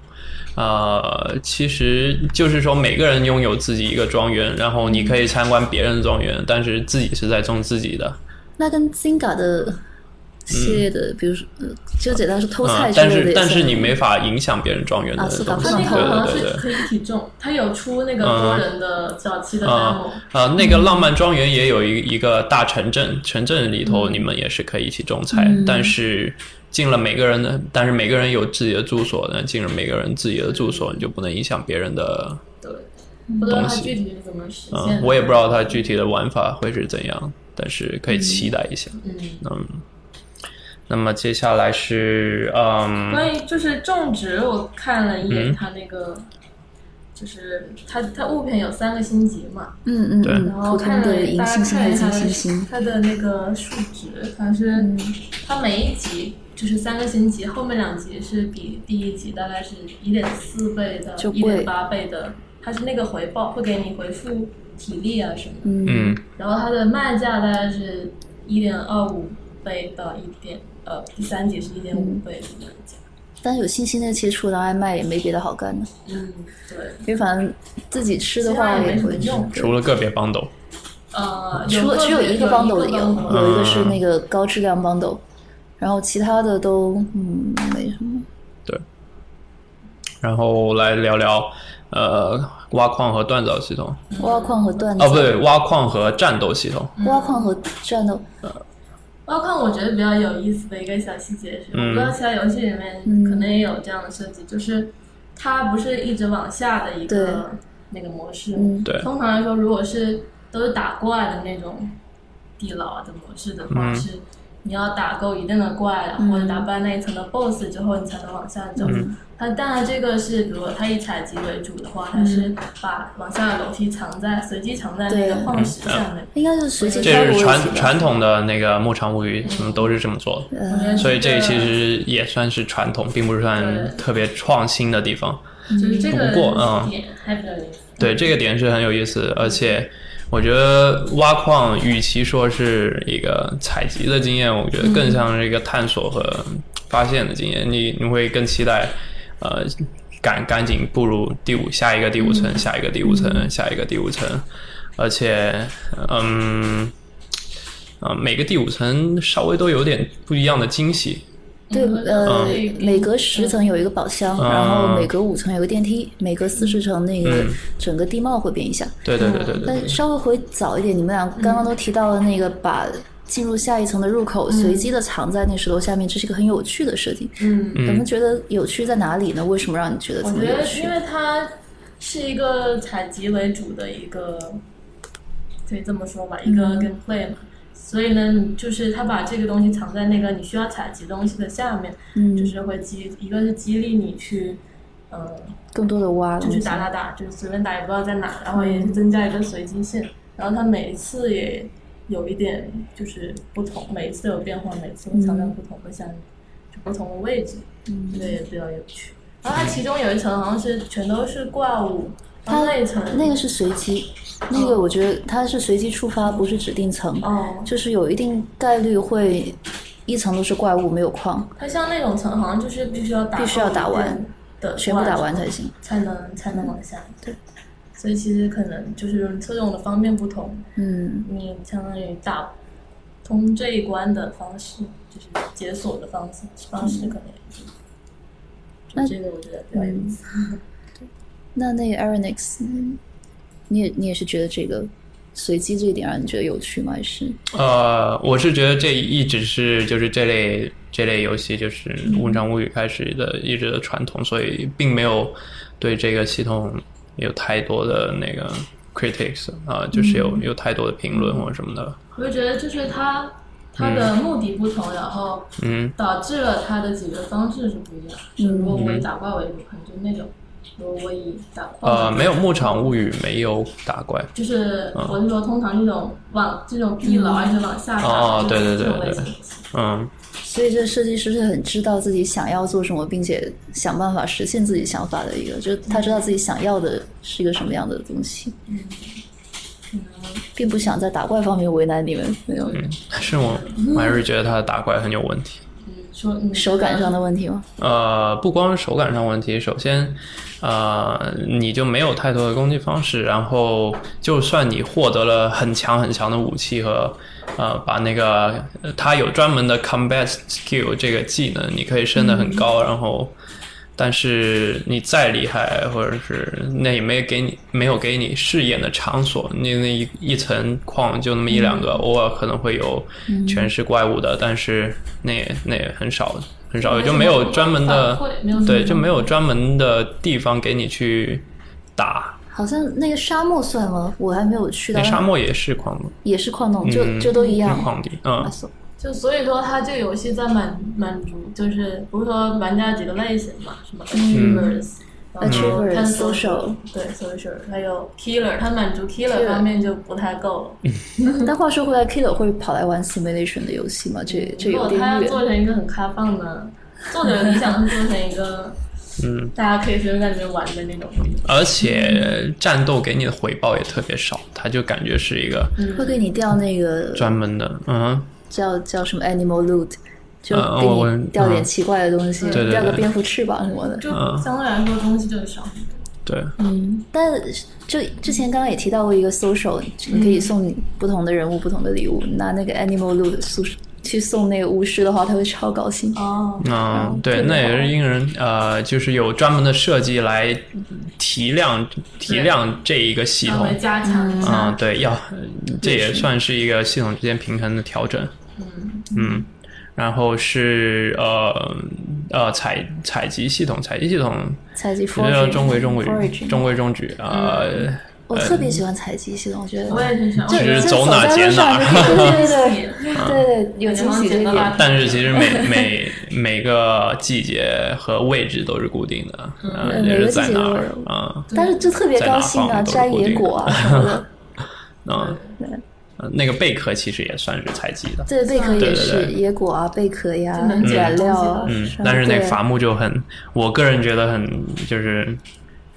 S4: 呃，其实就是说每个人拥有自己一个庄园，然后你可以参观别人的庄园，但是自己是在种自己的。
S3: 那跟 Zinga 的系列的，比如说，呃就简单说偷菜
S4: 嗯，
S3: 之
S4: 但
S3: 类的
S4: 是
S3: 也算，
S4: 但是你没法影响别人庄园的
S3: 啊
S4: 东西，
S3: 是吧
S4: 对
S2: 它那个
S3: 不能
S2: 好像
S4: 对
S2: 是
S4: 对对。嗯
S2: 可以体重，它有出那个多人的早期的 demo，
S4: 啊啊，那个浪漫庄园也有一一个大城镇，城镇里头
S2: 嗯
S4: 你们也是可以一起种菜，但是进了每个人的，但是每个人有自己的住所，那进了每个人自己的住所，你就不能影响别人的。
S2: 对，不知道它
S4: 东西
S2: 具体是怎么实现
S4: 嗯，
S2: 的。
S4: 我也不知道它具体的玩法会是怎样，但是可以期待一下。
S2: 嗯，
S4: 嗯，那么接下来是嗯
S2: 关于就是种植，我看了一眼
S4: 嗯
S2: 它那个，就是它它物品有三个星级嘛，
S3: 嗯嗯
S4: 对
S3: 嗯，
S2: 然后
S3: 普通
S2: 看了
S3: 的银
S2: 大
S3: 星
S2: 家
S3: 星
S2: 看
S3: 和
S2: 一下
S3: 金
S2: 它
S3: 星
S2: 的
S3: 星，嗯
S2: 它的那个数值，它是它每一集就是三个星级，后面两集是比第一集大概是一点四倍的
S3: 就，
S2: 一
S3: 贵
S2: 点八倍的，它是那个回报会给你回复体力啊什么的，
S3: 嗯，
S4: 嗯
S2: 然后它的卖价大概是一点二五倍到一点呃第三集是一点
S3: 嗯
S2: 五倍的卖价，
S3: 但是有星星的接触，然后爱卖也没别的好干的，
S2: 嗯，对。
S3: 因为反正自己吃的话
S2: 其他也没
S3: 会
S2: 什么用
S3: 对
S4: 除了个别帮斗，
S2: 呃，
S3: 除了只有
S2: 有
S3: 一
S2: 个
S3: 个 bundle 的有，嗯
S4: 嗯
S2: 有，
S3: 有一个是那个高质量 bundle，然后其他的都嗯没什么。
S4: 然后来聊聊呃挖矿和锻造系统，
S3: 嗯挖矿和锻
S4: 哦
S3: 造，
S4: 不对，挖矿和战斗系统。
S3: 挖矿和战斗，
S2: 包括我觉得比较有意思的一个小细节是，
S4: 嗯
S2: 我不知道其他游戏里面可能也有这样的设计，就是它不是一直往下的一
S3: 对
S2: 个那个模式。
S3: 嗯
S4: 对
S2: 通常来说，如果是都是打怪的那种地牢的模式的话，
S4: 嗯
S2: 是你要打够一定的怪，
S3: 嗯
S2: 然后打败那一层的 BOSS 之后，你才能往下走。
S4: 嗯
S2: 它当然这个是，如果它以采集为主的话，它是把往下的楼梯藏在随机藏在那个
S3: 对
S2: 矿石下面。
S3: 应该是随机
S4: 这
S3: 跳
S4: 是
S3: 过
S4: 传
S3: 位置吧
S4: 传统的那个牧场物语，什么都是这么做的。
S2: 我
S3: 呃
S2: 觉得
S4: 嗯所以这
S2: 个
S4: 其实也算是传统，并不是算
S2: 对
S4: 特别创新的地方。
S2: 就是这个
S4: 不过嗯
S2: 点还比较有意思。
S4: 对，这个点是很有意思，而且我觉得挖矿与其说是一个采集的经验，我觉得更像是一个探索和发现的经验。你你会更期待，呃，赶赶紧步入第五下一个第五层，下一个第五层，下一个第五层，而且，嗯。呃，每个第五层稍微都有点不一样的惊喜，
S3: 对，呃，
S2: 嗯
S3: 每隔十层有一个宝箱，
S4: 嗯
S3: 然后每隔五层有个电梯，每隔四十层那个整个地貌会变一下。
S4: 对对对嗯对对
S3: 但稍微回早一点，你们俩刚刚都提到了那个把进入下一层的入
S4: 嗯
S3: 口随机的藏在那石头下面，这是一个很有趣的设定。
S2: 嗯，
S3: 你们觉得有趣在哪里呢？为什么让你觉得这
S2: 我
S3: 么
S2: 觉
S3: 有
S2: 得
S3: 趣
S2: 因？为它是一个采集为主的一个，可以这么说吧，一个 gameplay 嘛。所以呢，就是他把这个东西藏在那个你需要采集东西的下面，
S3: 嗯
S2: 就是会激，一个是激励你去，嗯、
S3: 更多的挖
S2: 就
S3: 东
S2: 是
S3: 西，
S2: 打打打，就是随便打也不知道在哪，然后也是增加一个随机性。然后它每一次也有一点就是不同，每一次有变化，每次会藏在
S3: 嗯
S2: 不同的下面，就不同的位置，这个也比较有趣。然后它其中有一层好像是全都是怪物，然后那一层
S3: 嗯那个是随机，那个我觉得它是随机触发，不是指定层，
S2: 哦，
S3: 就是有一定概率会一层都是怪物，没有矿，
S2: 它像那种层好像就是必须要打
S3: 必须要打完
S2: 够一定的，
S3: 全部打完才嗯行。
S2: 才能才能往下。对，所以其实可能就是侧重的方面不同，
S3: 嗯。
S2: 你相当于打通这一关的方式，就是解锁的方式方式可能也是。就这个我觉得
S3: 嗯
S2: 比较有意思。
S3: 那那个 Aronix，你也你也是觉得这个随机这一点让你觉得有趣吗？还是
S4: 呃，我是觉得这一直是就是这类这类游戏就是《物长物语》开始的一直的传统，所以并没有对这个系统有太多的那个 critics 啊、就是有有太多的评论或者什么的。
S2: 我就觉得就是它它的目的不同，然后
S4: 嗯
S2: 导致了它的解决方式是不一样。就如果我
S4: 嗯
S2: 以打怪为主，可能就那种；如果我以打
S4: 呃，
S2: 矿，
S4: 没有嗯《牧场物语》没有打怪，
S2: 就是我是说，通常这种往这种地牢一直往下打，
S4: 哦
S2: 就
S4: 对对
S2: 这种
S4: 对
S2: 类
S4: 对
S2: 型的游戏
S4: 嗯，
S3: 所以这设计师是很知道自己想要做什么，并且想办法实现自己想法的一个，就是他知道自己想要的是一个什么样的东西，嗯并不想在打怪方面为难你们那种
S4: 但是我我还是觉得它的打怪很有问题。
S2: 嗯说嗯
S3: 手感上的问题吗？
S4: 呃，不光是手感上问题，首先，呃，你就没有太多的攻击方式，然后就算你获得了很强很强的武器和，呃，把那个呃它有专门的 combat skill 这个技能，你可以升得很高，然后，但是你再厉害，或者是那也没给你没有给你试验的场所，你那一一层矿就那么一两
S3: 嗯
S4: 个，偶尔可能会有全是怪物的，但是那也那也很少很少，也就没有专门
S3: 嗯
S4: 的
S2: 反馈没有什么
S4: 对，就没有专门的地方给你去打。
S3: 好像那个沙漠算吗？我还没有去到
S4: 那，沙漠也是矿
S3: 也是矿洞，就
S4: 嗯
S3: 就都一样。
S4: 矿地，嗯
S3: 啊，所
S2: 就所以说，它这个游戏在满满足，就是不是说玩家几个类型嘛，什么
S4: 嗯
S2: achievers，、然后
S3: Achievers，
S2: 探索
S3: social
S2: 对 social，还有 killer，它满足 killer 方面就不太够了。
S4: 嗯
S3: 但话说回来，Killer 会跑来玩 simulation 的游戏吗？这这
S2: 如
S3: 有
S2: 果
S3: 点
S2: 它要
S3: 远。
S2: 做成一个很开放的，作者理想是做成一个，嗯，大家可以随便在里面玩的那种。
S4: 而且战斗给你的回报也特别少，它就感觉是一个
S3: 会给你掉那个
S4: 专门的，嗯哼。
S3: 叫叫什么 animal loot，就
S4: 呃
S3: 给
S4: 我嗯
S3: 你掉点奇怪的东西，
S4: 对对
S3: 掉个
S4: 对
S3: 蝙蝠翅膀什么的。
S2: 就
S4: 啊
S2: 相对来说东西就少，
S4: 对，
S2: 嗯
S3: 但就之前刚刚也提到过一个 social，你可以送你不同的人物不同的礼物，拿那个 animal loot 送去送那个巫师的话，他会超高兴。
S2: 哦，
S4: 嗯，对，
S3: 特别
S4: 那也
S3: 好
S4: 是因人呃，就是有专门的设计来提亮提亮这一个系
S3: 啊
S2: 稍
S4: 统啊
S2: 微。加强一下。
S4: 嗯，对，要这也算是一个系统之间平衡的调整。嗯，然后是呃呃采采集系统，采集系统
S3: 采集 f
S4: 也
S3: o
S4: 叫
S3: r
S4: 中规中矩，
S3: Foraging
S4: 中规中矩啊。呃
S3: 我特别喜欢采集系统，我觉得
S2: 我也挺喜欢。
S3: 就
S4: 其
S3: 就
S4: 实走
S3: 走
S4: 哪
S3: 在
S4: 捡
S3: 路上
S4: 哪
S3: 就
S4: 嗯
S3: 可以，对对 对对对，有惊喜这一点。
S4: 但是其实每每每个季节和位置都是固定的，嗯，
S3: 每
S4: 也
S3: 个
S4: 是
S3: 季
S4: 在
S3: 节
S4: 哪
S3: 都
S4: 儿
S3: 有
S4: 啊？
S3: 但是就特别高兴啊，
S4: 在哪
S3: 摘
S4: 放都是固定的
S3: 野果啊什么 的，
S4: 嗯，呃那个贝壳其实也算是采集的，
S3: 对贝壳也
S4: 对对
S3: 是
S4: 对
S3: 野果啊、贝壳呀
S2: 就能、捡
S3: 染料啊
S2: 东西
S4: 嗯
S3: 什，么
S4: 但是那个
S3: 对
S4: 伐木就很，我个人觉得很就是。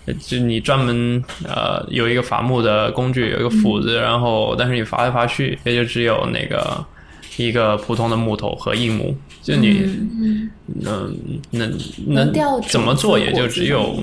S4: 呃就你专门呃有一个伐木的工具，有一个斧子，然后但是你伐来伐去，也就只有那个一个普通的木头和硬木，就你
S2: 嗯，
S4: 嗯能
S3: 能掉
S4: 怎么
S3: 种子
S4: 做也
S3: 果
S4: 就
S3: 子
S4: 只有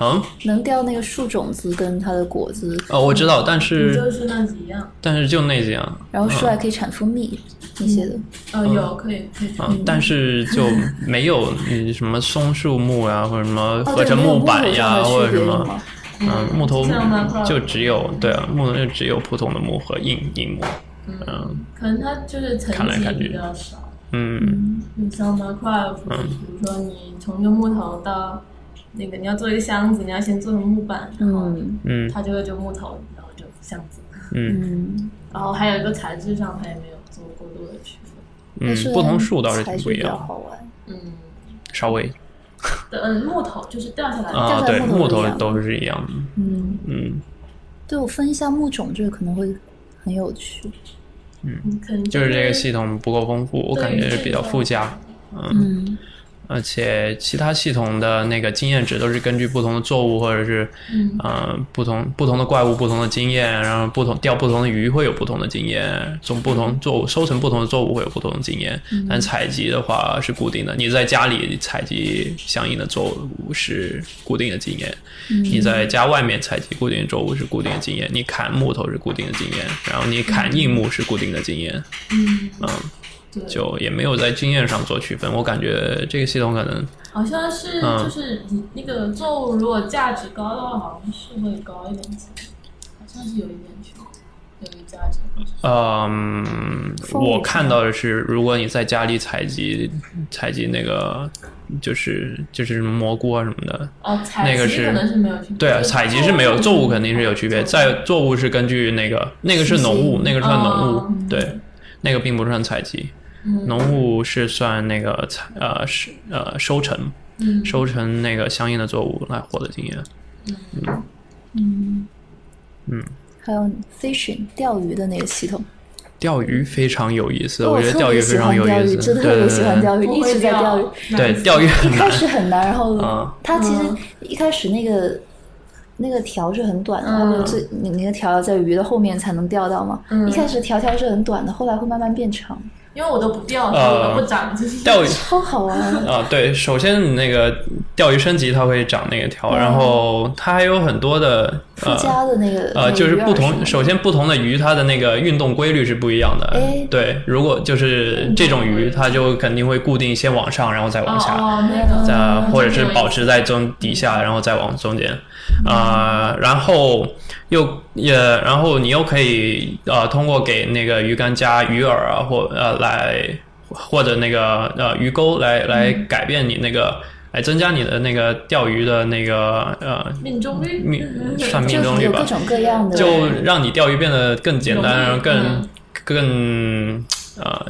S4: 嗯
S3: 能掉那个树种子跟它的果子，
S4: 哦我知道，但
S2: 你
S4: 是
S2: 就是那几样。
S4: 但是就那几啊样，
S3: 然后树还可以产蜂蜜那些的。
S2: 呃，有可以可以这样。
S4: 嗯，但是就没有嗯什么松树木呀、或者什么
S3: 哦，
S4: 合
S3: 对，
S4: 成
S3: 没有
S4: 木
S3: 木
S4: 板
S3: 头嗯
S4: 呀，
S3: 上的
S4: 或
S3: 区
S4: 者什
S3: 别是
S4: 么
S3: 吗？
S4: 嗯木头
S2: 就像 Minecraft
S4: 就只有对啊，木头就只有普通的木和硬硬木，嗯
S2: 可能它就是层
S4: 看来
S2: 级
S4: 看去
S2: 比较少。
S4: 嗯
S2: 你像 Minecraft，比如说你从一个木头到那个你要做一个箱子，你要先做成木板，然后
S3: 嗯
S4: 嗯
S2: 它就会就木头，然后就箱子。
S4: 嗯
S3: 嗯，
S2: 然后还有一个材质上，它也没有做过多的区分。
S4: 嗯
S3: 但，
S4: 不同树倒是
S3: 材
S4: 挺
S3: 质
S4: 不一
S3: 比较
S4: 样，
S3: 好玩。
S2: 嗯，
S4: 稍微
S2: 对，嗯，木头就是掉下来的。
S4: 啊
S3: 掉下
S4: 对
S3: 来
S4: 木
S3: 木头
S4: 头
S3: 不一样
S4: 都是一样的，
S3: 嗯，
S4: 嗯，
S3: 对我分一下木种，这个可能会很有趣。
S2: 嗯可能
S4: 就是这个系统不够丰富，我
S2: 对
S4: 感觉
S2: 这
S4: 是比较
S2: 个
S4: 附加，
S3: 嗯，
S4: 而且其他系统的那个经验值都是根据不同的作物或者是
S2: 嗯
S4: 呃不同不同的怪物、不同的经验，然后不同钓不同的鱼会有不同的经验，从不同作物收成不同的作物会有不同的经验。但采集的话是固定的，你在家里采集相应的作物是固定的经验，你在家外面采集固定的作物是固定的经验，你砍木头是固定的经验，然后你砍硬木是固定的经验，
S2: 嗯，
S4: 嗯，
S2: 对，
S4: 就也没有在经验上做区分。我感觉这个系统可能。
S2: 好像是
S4: 嗯
S2: 就是你那个作物如果价值高的话，好像是会高一点钱，好像是有一点钱，有一个价值。
S4: 嗯，
S3: 风
S4: 我
S3: 雨
S4: 看到的是，如果你在家里采集采集那个，就是就是蘑菇啊什么的，
S2: 哦，采
S4: 那个
S2: 集
S4: 是
S2: 可能是没有去。
S4: 对啊，采集是没有，作物肯定是有区别，在作物是根据那个那个是农
S3: 信
S4: 务
S3: 息，
S4: 那个算农务，
S2: 哦
S4: 对，那个并不算采集，
S2: 嗯
S4: 农务是算那个采呃是呃收成，
S2: 嗯
S4: 收成那个相应的作物来获得经验，
S3: 还有 fishing 钓鱼的那个系统，
S4: 钓鱼非常有意思，我
S3: 哦我
S4: 觉得
S3: 特别
S4: 鱼
S3: 喜
S4: 非常
S3: 欢
S4: 有
S3: 钓
S4: 意
S3: 鱼，
S4: 思，
S3: 真的
S4: 对
S3: 特别
S4: 对
S3: 喜欢
S4: 对
S3: 钓鱼，一直在钓 鱼。
S4: 对，钓鱼很
S3: 一
S4: 难
S3: 开，始很难，然后
S4: 嗯
S3: 它其实一开始那个那个条是很短的，然后最你那个条要在鱼的后面才能钓到嘛。一开始条条是很短的，后来会慢慢变长，
S2: 因为我都不钓，所以我
S4: 呃
S2: 都不长，就是
S4: 钓鱼。
S3: 超好玩。
S4: 啊，对，首先你那个钓鱼升级它会长那个条，然后它还有很多的
S3: 嗯附
S4: 呃
S3: 加的那个
S4: 呃，就是不同，
S3: 手
S4: 首先不同的鱼它的那个运动规律是不一样的
S3: 哎。
S4: 对，如果就是这种鱼，它就肯定会固定先往上，然后再往下。
S2: 哦，那个
S4: 呃，或者是保
S2: 那
S4: 持在中底下，然后再往中间，啊、然后又也，然后你又可以呃，通过给那个鱼竿加鱼饵啊，或呃来或者那个呃鱼钩来来改变你那个，来增加你的那个钓鱼的那个呃
S2: 个命中率嗯
S4: 命算
S3: 就
S4: 命中
S3: 是
S4: 率
S3: 有各
S4: 吧，
S3: 种各样的，
S4: 就让你钓鱼变得更简单，
S2: 容易
S4: 然后更、
S2: 嗯
S4: 更呃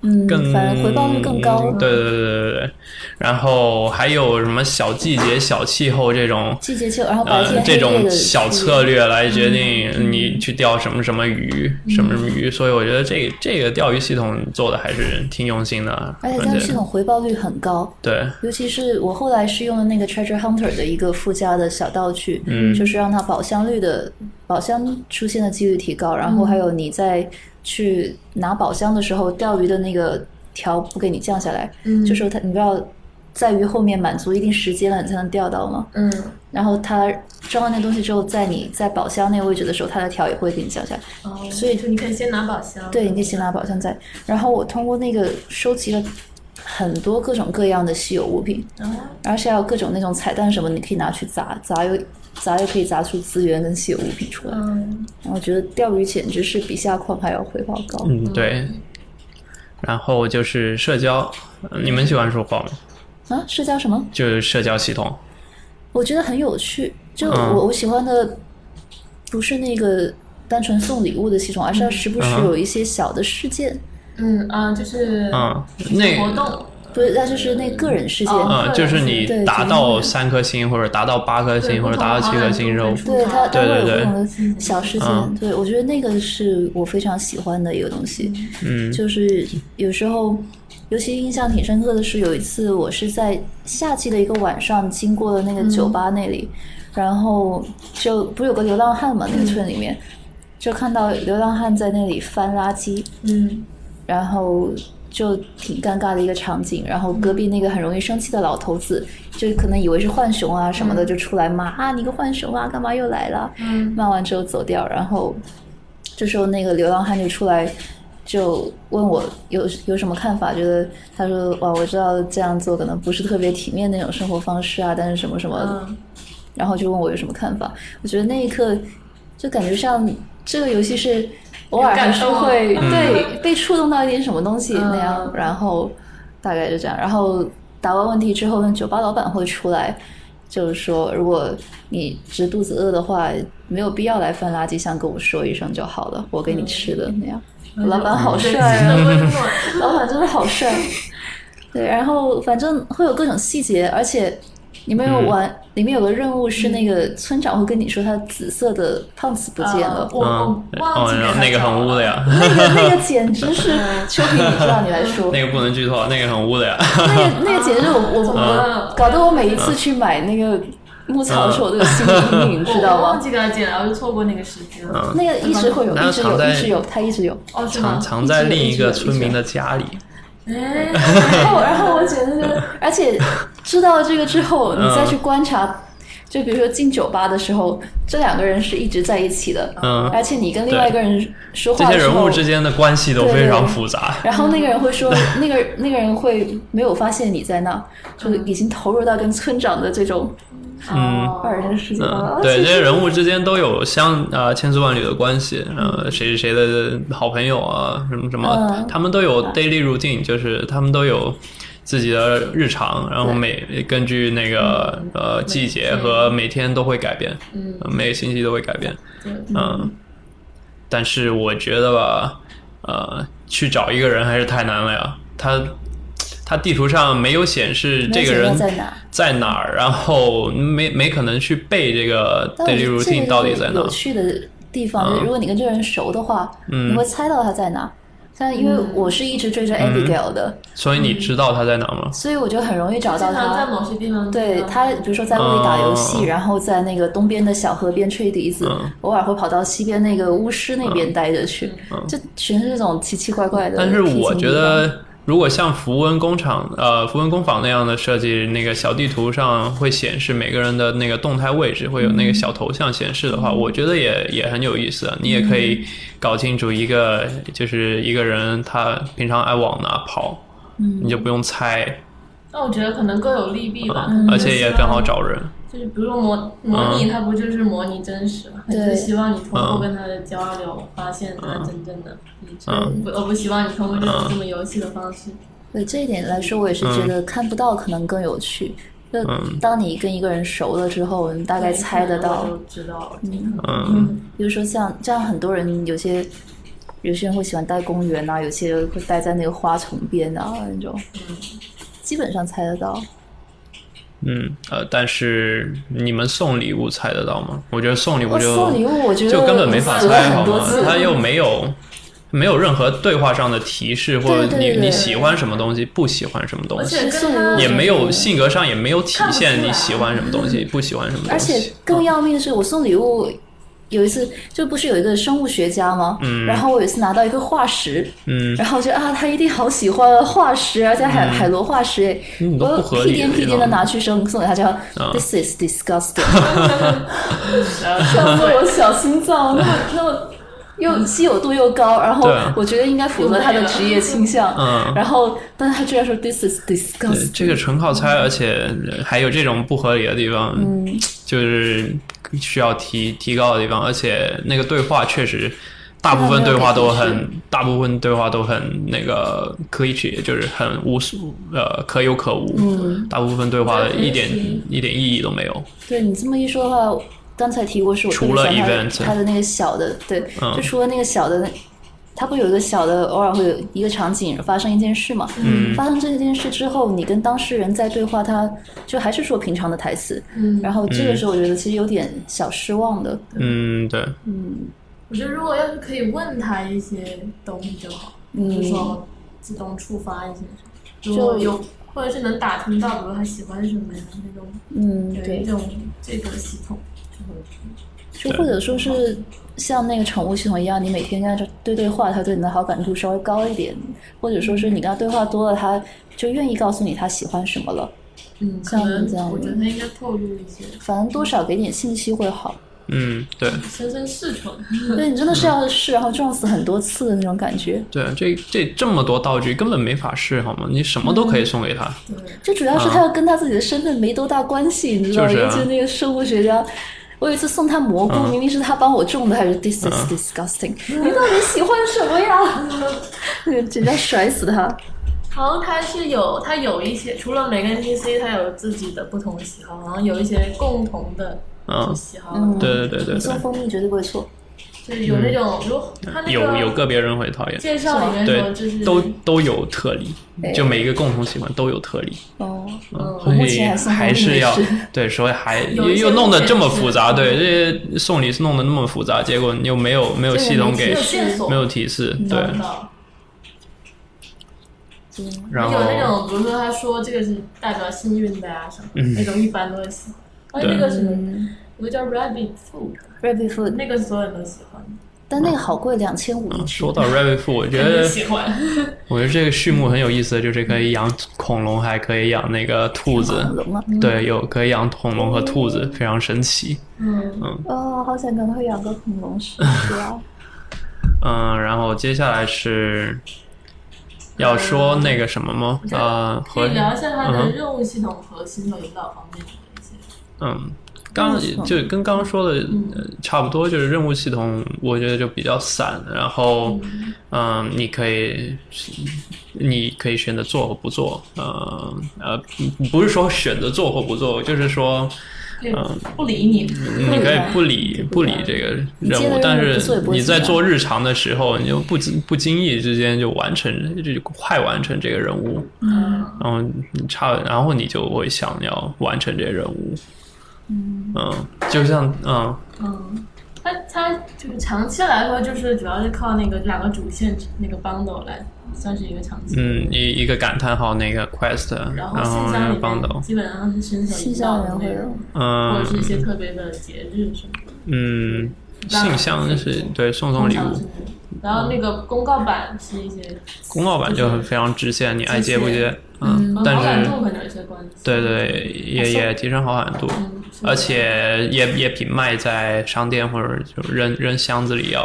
S3: 嗯，
S4: 更
S3: 反正回报率更高。
S4: 对对对对对对，然后还有什么小季节、小气候这种。
S3: 季节秋，然后哦白
S4: 呃
S3: 天，
S4: 这
S3: 黑夜
S4: 种
S3: 的
S4: 小
S3: 区别
S4: 策略来决定你去钓什么什么鱼，什么什么鱼，所以我觉得这这个钓鱼系统做的还是挺用心的，啊
S3: 而且它的系统回报率很高，
S4: 对，
S3: 尤其是我后来是用了那个 Treasure Hunter 的一个附加的小道具，嗯，就是让它宝箱率的宝箱出现的几率提高，然后还有你在去拿宝箱的时候，钓鱼的那个条不给你降下来，
S2: 嗯
S3: 就是它你不要在鱼后面满足一定时间了你才能钓到嘛，
S2: 嗯，
S3: 然后它装完那东西之后，在你在宝箱那个位置的时候，它的条也不会给你降下来，
S2: 哦，
S3: 所以
S2: 就你可以先拿宝箱，
S3: 对，你可以先拿宝箱在，然后我通过那个收集了很多各种各样的稀有物品。
S2: 然后
S3: 而且还有各种那种彩蛋什么，你可以拿去砸，砸又砸又可以砸出资源跟稀有物品出来。
S2: 嗯，
S4: 嗯
S3: 然后我觉得钓鱼简直是比下矿还要回报高。
S4: 嗯对，然后就是社交，你们喜欢说话吗？
S3: 啊，社交什么？
S4: 就是社交系统。
S3: 我觉得很有趣，就我、
S4: 嗯
S3: 我喜欢的不是那个单纯送礼物的系统，而是要时不时
S4: 嗯
S3: 有一些小的事件，
S2: 嗯啊，就是
S4: 嗯，那
S2: 活动，
S3: 不是，那就是那个人事件。
S2: 哦
S4: 嗯，就是你
S3: 对
S4: 达
S3: 对
S4: 到三颗星，或者达到八颗
S2: 对
S4: 星，或者达到七颗星之后，
S2: 不同
S3: 对他，他会有
S4: 对
S3: 不
S4: 对
S3: 同的小事件。
S4: 嗯
S3: 对我觉得那个是我非常喜欢的一个东西。
S4: 嗯
S3: 就是有时候，尤其印象挺深刻的是，有一次我是在夏季的一个晚上经过了那个酒吧那里，然后就不是有个流浪汉嘛，那个村里面、就看到流浪汉在那里翻垃圾，
S2: 嗯
S3: 然后就挺尴尬的一个场景。然后隔壁那个很容易生气的老头子，就可能以为是浣熊啊什么的，就出来骂、啊，你个浣熊啊，干嘛又来了？
S2: 嗯
S3: 骂完之后走掉，然后这时候那个流浪汉就出来，就问我有有什么看法，觉得他说哇，我知道这样做可能不是特别体面那种生活方式啊，但是什么什么，
S2: 嗯
S3: 然后就问我有什么看法。我觉得那一刻就感觉像这个游戏是偶尔
S2: 有
S3: 还
S2: 感
S3: 是
S2: 受
S3: 会对被触动到一点什么东西那样，
S2: 嗯
S3: 然后大概就这样。然后答完问题之后，那酒吧老板会出来，就是说，如果你只是肚子饿的话，没有必要来翻垃圾箱跟我说一声就好了，我给你吃的那样。老
S2: 嗯
S3: 板好帅啊！
S2: 人 温暖，
S3: 老板真的好帅。 对，然后反正会有各种细节，而且你们
S4: 嗯
S3: 有玩，里面有个任务是那个村长会跟你说他紫色的胖子不见了
S2: 啊，我
S4: 嗯
S2: 我，忘
S4: 哦
S2: 记给他，
S4: 那个
S2: 找
S4: 很污
S2: 了
S4: 的 呀，
S3: 那个那个简直是 秋萍，你知道你来说，
S4: 那个不能剧透，那个很污的呀。
S3: 那个那个简直我 我我
S2: 嗯
S3: 搞得我每一次去买那个牧草的时候我都有心理阴
S2: 哦
S3: 影，你
S2: 我
S3: 知道
S2: 我忘
S3: 吗？
S2: 记给他剪了，我就错过那个时间了。
S4: 嗯，
S3: 那个一直会有，
S4: 那
S3: 一直
S4: 藏
S3: 有，
S4: 在
S3: 一直有，他一直有。
S2: 哦，是吗
S4: 藏？藏在另一个村民的家里。
S2: 哎，
S3: 然后，然后我觉得就是，而且知道这个之后，你再去观
S4: 嗯
S3: 察，就比如说进酒吧的时候，这两个人是一直在一起的，
S4: 嗯
S3: 而且你跟另外一个人说
S4: 这
S3: 话
S4: 些
S3: 的时
S4: 人
S3: 候
S4: 物，之间的关系都非常复杂。
S3: 然后那个人会说，那个那个人会没有发现你在那，就是已经投入到跟村长的这种
S4: 嗯
S2: 哦
S3: 二人世界
S4: 嗯
S3: 了。，
S4: 对，
S3: 啊其
S4: 这
S3: 实
S4: 些人物之间都有相呃千丝万缕的关系，呃，谁是谁的好朋友啊，什么什么
S3: 嗯，
S4: 他们都有 daily routine，就是他们都有自己的日常，然后
S3: 对嗯
S4: 每根据那个呃季节和每天都会改变，
S2: 嗯
S4: 呃每个星期都会改变，
S2: 对
S4: 嗯，但是我觉得吧，呃，去找一个人还是太难了呀，他。他地图上没有显示这个人
S3: 没有显示在哪
S4: 在哪儿，然后没没可能去背这个
S3: 但我觉得
S4: daily
S3: 这
S4: routine
S3: 个
S4: 到底
S3: 就是
S4: 在哪
S3: 有。趣的地方，就是
S4: 嗯
S3: 如果你跟这个人熟的话，
S4: 嗯嗯
S3: 你会猜到他在哪。但因为我是一直追着 Abigail 的，
S4: 所以你知道他在哪吗？
S3: 所以我就很容易找到
S2: 经
S3: 他。
S2: 常在某些地方，
S3: 对他，比如说在屋里打游戏，
S4: 哦
S3: 然后在那个东边的小河边吹笛子，
S4: 嗯
S3: 偶尔会跑到西边那个巫师那边待着去，就全是这种奇奇怪怪的。
S4: 嗯但是我觉，得，如果像符文工厂、呃符文工坊那样的设计，那个小地图上会显示每个人的那个动态位置，会有那个小头像显示的
S3: 嗯
S4: 话，我觉得也也很有意思。啊你也可以搞清楚一个，就是一个人他平常爱往哪跑，
S3: 嗯
S4: 你就不用猜，
S2: 那我觉得可能各有利弊吧，
S4: 嗯
S3: 嗯
S4: 而且也更好。找嗯人。
S2: 就是比如说模模拟，它不就是模拟真实嘛？它就是
S3: 对
S2: 希望你通过跟他的交流，发现他真正的你真。
S4: 嗯
S2: 不，我不希望你通过这种这么游戏的方式。
S3: 对这一点来说，我也是觉
S4: 嗯
S3: 得看不到可能更有趣。就当你跟一个人熟了之后，你大概猜得到。
S2: 我就知道了。
S4: 嗯
S3: 比如说像这样，很多人有些有些人会喜欢待公园啊，有些人会待在那个花丛边啊那种，
S2: 嗯
S3: 基本上猜得到。
S4: 嗯呃，但是你们送礼物猜得到吗？我觉得送礼物
S3: 我
S4: 就
S3: 送礼物，我觉得
S4: 就根本没法
S3: 死了
S4: 猜，好
S3: 很多
S4: 吗
S3: 次？
S4: 他又没有没有任何对话上的提示，或者
S3: 对对
S4: 你
S3: 对
S4: 你喜欢什么东西，不喜欢什么东
S2: 而
S4: 西，
S2: 且
S3: 送
S2: 跟
S3: 礼
S2: 他
S3: 物
S4: 也没
S3: 嗯
S4: 有性格上也没有体
S2: 看不
S4: 现
S2: 出来
S4: 你喜欢什么东西，不喜欢什么东
S3: 而
S4: 西。
S3: 且更要命的是，我送礼物有一次，就不是有一个生物学家吗？
S4: 嗯
S3: 然后我有一次拿到一个化石，
S4: 嗯
S3: 然后我就啊，他一定好喜欢啊化石，而且海、海螺化石哎，
S4: 嗯都不合
S3: 我
S4: 理
S3: 屁颠屁颠的
S4: 这种
S3: 拿去送送给他，叫、
S4: 啊
S3: This is disgusting，
S2: 然后
S3: 伤了我小心脏，那么那么又稀有度又高，然后
S4: 嗯对啊
S3: 我觉得应该符合他的职业倾向，
S4: 嗯
S3: 然后但是他居然说 This is
S4: 对
S3: disgusting，
S4: 呃这个纯靠
S3: 嗯
S4: 猜，而且呃还有这种不合理的地方，就是需要提提高的地方。而且那个对话确实，大部分对话都
S3: 对啊没有
S4: 很
S3: 给提，
S4: 大部分对话都很那个可以取，就是很无数呃可有可无，
S3: 嗯
S4: 大部分对话
S2: 对可以
S4: 一点
S2: 提
S4: 一点意义都没有。
S3: 对你这么一说的话，刚才提过是我特别
S4: 除了
S3: 喜欢它
S4: event
S3: 的它的那个小的，对，
S4: 嗯
S3: 就除了那个小的，它不有一个小的，偶尔会有一个场景发生一件事嘛？嗯，发生这件事之后，你跟当事人在对话，他就还是说平常的台词，
S2: 嗯
S3: 然后这个时候我觉得其实有点小失望的，
S4: 嗯，对，
S2: 我觉得如果要是可以问他一些东西就好，
S3: 嗯
S2: 就是说自动触发一些什么，如果有或者是能打听到，比如他喜欢什么呀那种，
S3: 嗯，
S2: 有
S3: 对
S2: 一，种这个系统就会
S3: 就或者说是像那个宠物系统一样，你每天跟它对对话，它对你的好感度稍微高一点，或者说是你跟它对话多了，它就愿意告诉你它喜欢什么了，
S2: 嗯，可
S3: 像
S2: 能
S3: 你这样
S2: 我觉得他应该透露一些，
S3: 反正多少给点信息会 好。
S4: 嗯，对，
S2: 深深试穿。
S3: 对你真的是要试，然后撞死很多次的那种感觉。
S4: 对，这这这么多道具根本没法试好吗？你什么都可以送给他，
S3: 就主要是他要跟他自己的身份没多大关系，你知道吗？
S4: 啊就是啊
S3: 尤其是那个生物学家。我有一次送他蘑菇，
S4: 嗯
S3: 明明是他帮我种的，还是 this is
S4: 嗯
S3: disgusting、你到底喜欢什么呀？ 简直要甩死他！
S2: 好像他是有，他有一些除了每个 NPC，他有自己的不同喜好，然后有一些共同的
S4: 嗯
S2: 就喜好，
S3: 嗯
S4: 对对对对
S3: 你送
S4: 对，
S3: 蜂蜜绝对不会错。
S2: 就是有那种，如果他那个
S4: 有有个别人会讨厌，
S2: 介绍里面说就
S4: 对，
S2: 是
S4: 都都有特例
S3: 对，
S4: 就每一个共同喜欢都有特例，
S3: 哦，
S2: 嗯
S4: 所
S3: 目
S4: 以
S3: 前还送
S4: 还
S3: 蜂蜜
S4: 是要
S3: 是
S4: 对，所以还
S2: 有
S4: 又
S2: 一些
S4: 又弄得这么
S2: 限制
S4: 复杂，对，这些送礼是弄得那么复杂，结果你又没有没有
S3: 这个
S4: 系统
S3: 没
S4: 给
S2: 没
S3: 提
S2: 有线索，
S4: 没有提示，对，
S2: 找不到
S4: 然
S2: 有那
S4: 后
S2: 种，
S4: 嗯
S2: 比如说他说这个是代表幸运的呀、什么、那种，一般都会喜欢。还有那个什
S3: 嗯
S2: 么，有个叫 Rabbit Food，
S3: rabbit food，
S2: 那个所有人都喜欢，
S3: 但那个好贵，两千五一只
S4: 啊说。到 Rabbit Food，我觉
S2: 肯定
S4: 得
S2: 喜欢。
S4: 我觉得这个畜牧很有意思，就是可以养恐龙，还可以养那个兔子，
S3: 恐龙啊，
S4: 对，有可以养恐龙和兔子，非常神奇。
S2: 嗯，
S3: 哦，好想赶快养个恐龙 试试啊！
S4: 嗯，然后接下来是要说
S3: 嗯
S4: 那个什么吗？呃，
S2: 可
S4: 和
S2: 以聊一下他的
S4: 嗯
S2: 任务系统和新手引导方面的一些。
S4: 嗯，刚
S3: 嗯
S4: 就跟刚刚说的呃差不多，就是任务系统，我觉得就比较散。然后，嗯，你可以你可以选择做或不做，呃呃，不是说选择做或不做，就是说
S2: 可以
S4: 嗯
S2: 不理你，
S4: 你可以不理
S3: 不
S4: 不
S3: 理
S4: 理
S3: 啊
S4: 这个
S3: 你接了
S4: 任
S3: 任
S4: 务
S3: 务，
S4: 但
S3: 不做也
S4: 是
S3: 不会
S4: 你
S3: 怎么
S4: 在
S3: 样
S4: 做日常的时候，你就不经不经意之间就完成，就就快完成这个任务，
S2: 嗯，
S4: 然后你差，然后你就会想要完成这个任务。嗯，就像嗯，
S2: 嗯，它它就是长期来说，就是主要是靠那个两个主线那个 bundle 来算是一个长期。
S4: 嗯，一一个感叹号那个 quest，
S2: 然
S4: 然
S2: 后
S4: 后
S2: 信
S4: 那
S2: 箱
S4: 个
S2: 里面
S4: bundle，
S2: 基本上是伸手
S3: 信
S2: 引
S3: 箱
S2: 导
S3: 里
S2: 的
S3: 面会
S2: 内
S3: 有
S2: 容，或
S4: 嗯
S2: 者是一些特别的节日什么的。
S4: 嗯，信箱是
S2: 嗯
S4: 对送送礼
S2: 通常
S4: 物
S2: 是，这样然后那个公告版是一些，
S4: 公告版就非常直线，你爱接不接，嗯
S2: 和，
S4: 但
S2: 好感
S4: 是
S2: 度可能有些关系。
S4: 对对也也提升好感度，
S2: 嗯，是的
S4: 而且也也比卖在商店或者就扔扔箱子里要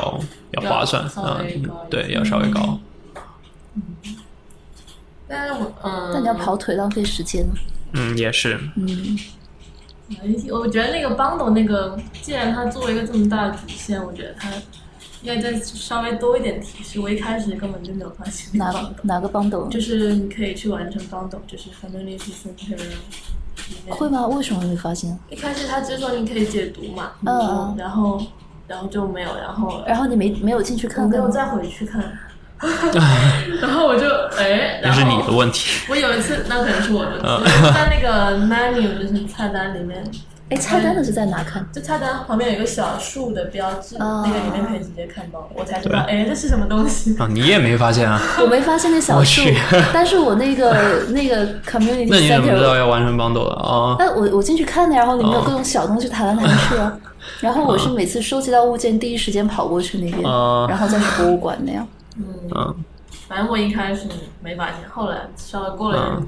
S4: 要
S2: 要
S4: 划算，
S2: 稍微
S4: 嗯
S2: 高一，
S4: 对，
S2: 些
S4: 要稍微高，
S2: 但是我嗯，
S3: 但你要跑腿浪费时间了。
S4: 嗯，也是，
S2: 我觉得那个 bundle 那个，既然它作为一个这么大的主线，我觉得它应该再稍微多一点提示。我一开始根本就没有发现那
S3: 哪
S2: 个
S3: 个
S2: bundle，
S3: 哪个 bundle？
S2: 就是你可以去完成 bundle，就是 family center 里面
S3: 会吗？为什么没发现？
S2: 一开始他只是说你可以解读嘛，
S3: 嗯嗯
S2: 然后然后就没有，然后
S3: 然后你没没有进去
S2: 我
S3: 看
S2: 没有
S3: 看？
S2: 再回 去看， 然后我就哎，
S4: 那
S2: 然
S4: 是你的嗯
S2: 后
S4: 问题，
S2: 我有一次，那可能是我的，就是在那个 menu 就是菜单里面，
S3: 哎，菜单的是在哪看？
S2: 就菜单旁边有一个小树的标志，
S3: 哦
S2: 那个里面可以直接看到，我才知道
S4: 对
S2: 哎这是什么东西。
S4: 啊，你也没 发现啊，
S3: 我没发现那小树
S4: 我去，
S3: 但是我那个那 个 community
S4: 那你怎么知道哦
S3: center，
S4: 要完成 bundle 的啊？
S3: 但我我进去看的，然后里面有各种小东西弹来弹去 啊。然后我是每次收集到物件，第一时间跑过去那边，
S4: 哦
S3: 然后再去博物馆那样。
S4: 嗯。
S2: 反正我一开始没发现，后来稍微过了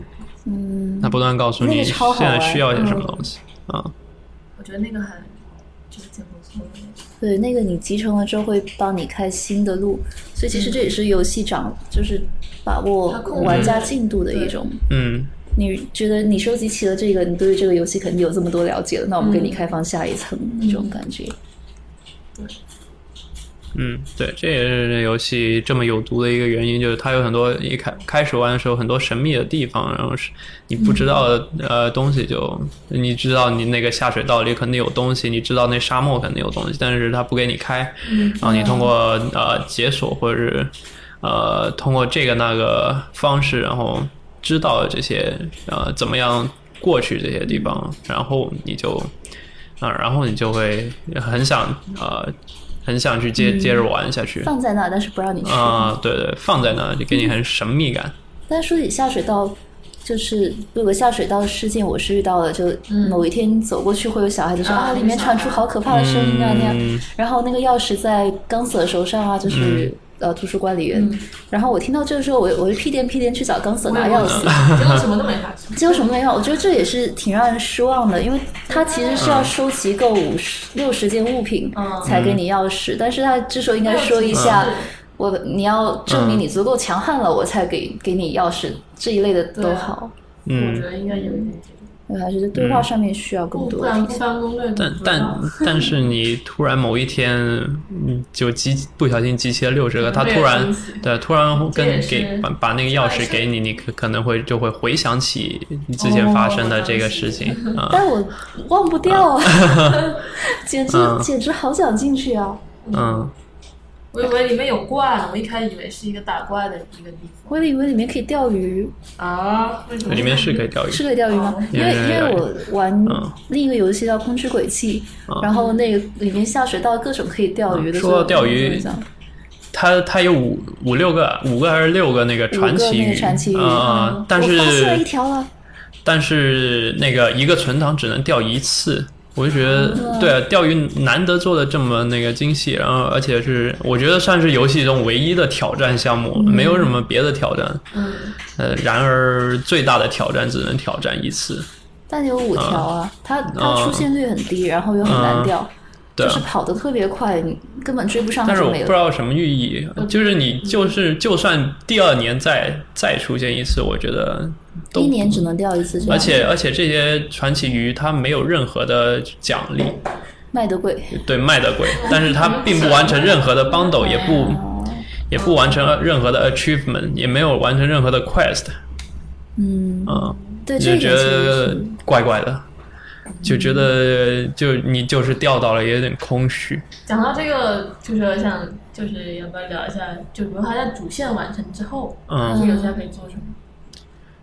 S2: 一
S4: 嗯
S2: 阵，
S4: 他不断告诉
S3: 那
S4: 你
S3: 个超
S4: 现
S3: 好玩嗯
S4: 在需要一些什么东西啊。
S2: 我觉得那个还就是挺不错的。
S3: 对，那个你集成了之后会帮你开新的路，所以其实这也是游戏掌，就是把握
S2: 它控制
S3: 玩家进度的一种。
S4: 嗯，
S3: 你觉得你收集齐了这个，你对于这个游戏肯定有这么嗯多了解了，那我们给你开放下一层那种感觉。
S4: 嗯，对，这也是这游戏这么有毒的一个原因，就是它有很多一开开始玩的时候很多神秘的地方，然后是你不知道的、
S3: 嗯
S4: 呃东西就，你知道你那个下水道里肯定有东西，你知道那沙漠肯定有东西，但是它不给你开，然后你通过呃解锁或者是呃通过这个那个方式，然后知道这些呃怎么样过去这些地方，然后你就啊、然后你就会很想呃很想去接接着玩下去。
S3: 嗯放在那，但是不让你去。
S4: 啊、对对，放在那就给你很神秘感。
S3: 但是说起下水道，就是有个下水道事件，我是遇到了，就某一天走过去会有小孩子说、
S5: 啊
S3: 嗯啊，里面传出好可怕的声音啊、那样
S4: 嗯，
S3: 然后那个钥匙在钢索手上啊，就是、呃图书管理员，然后我听到这个时候，我我就屁颠屁颠去找钢索拿钥 匙，
S2: 结果什么都没发 生。
S3: 结果什么都没有，我觉得这也是挺让人失望的，因为他其实是要收集够五十六十件物品
S2: 嗯
S3: 才给你钥匙，但是他这时候应该说一下
S2: 嗯，
S3: 我你要证明你足够强悍了，我才给给你钥匙这一类的都好。
S2: 我觉
S4: 嗯，
S2: 得应该有一点这种，
S3: 我还是在对话上面需要更
S5: 不
S3: 多
S5: 不
S3: 的
S5: 然
S3: 提
S5: 不
S3: 醒。
S5: 翻攻
S3: 嗯
S5: 略
S4: 但但但是你突然某一天，嗯，就集不小心集齐了六
S3: 嗯
S4: 十个，他
S2: 这也
S4: 突然
S2: 神奇
S4: 对突然
S5: 这也
S4: 跟
S5: 是
S4: 给把把那个钥匙给你，你可可能会就会回想起你之前发生的这个事情啊、
S3: 但我忘不掉啊， 简直、简直好想进去啊！
S4: 嗯
S2: 我以为里面有怪呢，我一开始以为是一个打怪的一个地
S3: 我以为里面可以钓鱼，
S2: 方啊，为什么？
S4: 里面是可以钓鱼，
S3: 是可以钓鱼吗？因为
S4: 有有
S3: 因
S4: 有
S3: 为
S4: 有
S3: 我玩
S4: 嗯
S3: 另一个游戏叫《空之轨迹》，然后那个里面下水道各种可以钓鱼的。
S4: 嗯说到钓鱼
S3: 所以我就想
S4: 它它有五五六个五个还是六个那个传奇
S3: 五个那
S4: 鱼
S3: 个传奇鱼嗯
S4: 啊、但是
S3: 我发现了一条啊了，
S4: 但是那个一个存档只能钓一次，我就觉得对啊，钓鱼难得做的这么那个精细，然后而且是我觉得算是游戏中唯一的挑战项目，没有什么别的挑战。嗯，呃，然而最大的挑战只能挑战一次，
S3: 但有五条啊，
S4: 嗯
S3: 它它出现率很低，然后又很难钓，
S4: 对、
S3: 就是
S4: 啊。
S3: 跑得特别快，你根本追不上它
S4: 但是
S3: 就
S4: 我
S3: 没
S4: 不知
S3: 了。
S4: 道什么寓意，就是你就是就算第二年再再出现一次，我觉得都
S3: 一年只能钓一次这样，
S4: 而且而且这些传奇鱼它没有任何的奖励，
S3: 卖得贵。
S4: 对卖的贵，但是它并不完成任 何的 bundle，也不也不完成任何的 achievement，也没有完成任何的 quest，
S3: 嗯，
S4: 嗯，
S3: 对，这
S4: 就
S3: 一
S4: 觉
S3: 点其实
S4: 得
S3: 是
S4: 怪怪的，就觉得就你就是钓到了，也有点空虚。
S2: 讲到这个，就是我想，就是要不要聊一下，就比如他在主线完成之后，
S4: 嗯
S2: 这个游戏还可以做什么？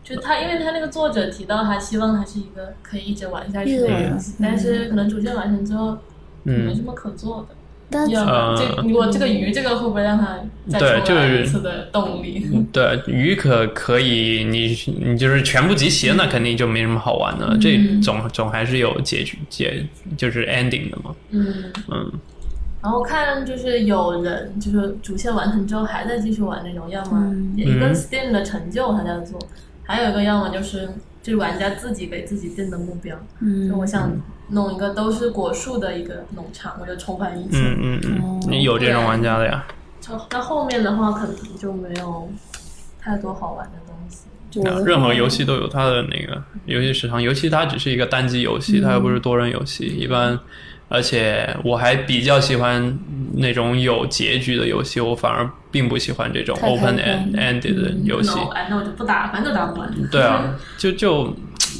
S2: 就他，因为他那个作者提到，他希望它是一个可以一直玩下去的游戏，但是可能主线完成之后，没
S4: 嗯
S2: 什，么可做的。
S3: 但
S2: 要
S4: 呃
S2: 这如果这个鱼，这个会不会让他再
S4: 对
S2: 重来
S4: 就是
S2: 一次的动力？
S4: 嗯对，鱼可可以，你你就是全部集齐了，那肯定就没什么好玩的
S3: 嗯
S4: 了。这总总还是有结局结，就是 ending 的嘛。
S2: 嗯，
S4: 嗯
S2: 然后看就是有人就是主线完成之后还在继续玩那种，要么一个
S4: 嗯
S2: Steam 的成就他在做，还有一个要么就是就是玩家自己给自己定的目标，就我
S3: 嗯，
S2: 想弄一个都是果树的一个农场，我就重返一次。
S4: 嗯嗯嗯，
S3: 哦
S4: 你有这种玩家的呀？
S2: 从到后面的话可能就没有太多好玩的东西。
S3: 就
S4: 啊
S3: 我
S4: 任何游戏都有它的那个游戏时长，尤其它只是一个单机游戏，它又不
S3: 嗯
S4: 是多人游戏。一般，而且我还比较喜欢那种有结局的游戏，我反而并不喜欢这种
S3: 太开
S4: open
S3: 放嗯
S4: ended 的游戏。
S2: no，哎，那我就不打，反正都打不完。
S4: 对啊，就就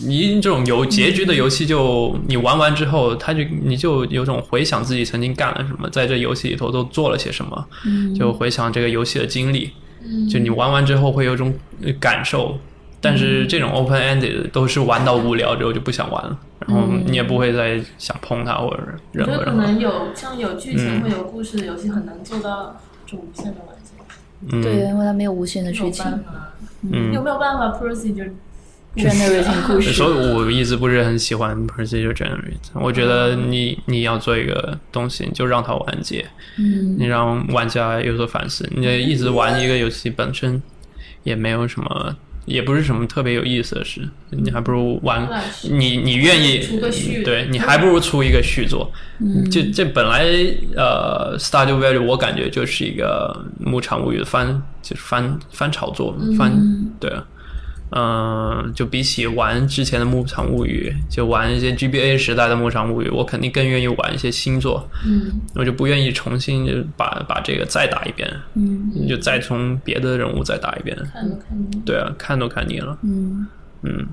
S4: 你这种有结局的游戏就，你玩完之后，它就你就有种回想自己曾经干了什么，在这游戏里头都做了些什么，
S2: 嗯
S4: 就回想这个游戏的经历。就你玩完之后会有种呃感受，但
S2: 嗯
S4: 是这种 open ended 都是玩到无聊之后就不想玩了，然后你也不会再想碰它或者
S2: 嗯我
S4: 任
S2: 觉得
S4: 何
S2: 可
S4: 任何。
S2: 能有像有剧情
S4: 嗯
S2: 会有故事的游戏很难做到主线的完成。
S3: 对，
S4: 嗯，
S3: 因为它没有无限的
S2: 没有
S3: 剧情
S2: 办法，
S4: 嗯
S2: 有没有办法 Percy 就
S3: ，generating 故事
S4: 所。以我一直不是很喜欢 procedure generate。我觉得你你要做一个东西，你就让它完结，
S3: 嗯，
S4: 你让玩家有所反思。你一直玩一个游戏本身也没有什么，也不是什么特别有意思的事，你还不如玩
S2: 乱续
S4: 你你愿意
S2: 嗯出个嗯续
S4: 对你还不如出一个续作。这这本来呃，Stardew Valley 我感觉就是一个《牧场物语》的翻就是翻翻炒作翻对。啊嗯、就比起玩之前的《牧场物语》，就玩一些 GBA 时代的《牧场物语》，我肯定更愿意玩一些新作，
S6: 嗯
S4: 我就不愿意重新就把把这个再打一遍，
S3: 嗯
S4: 你就再从别的人物再打一遍。
S6: 看都看不懂。
S4: 对啊，看都看腻了。
S3: 嗯
S4: 嗯，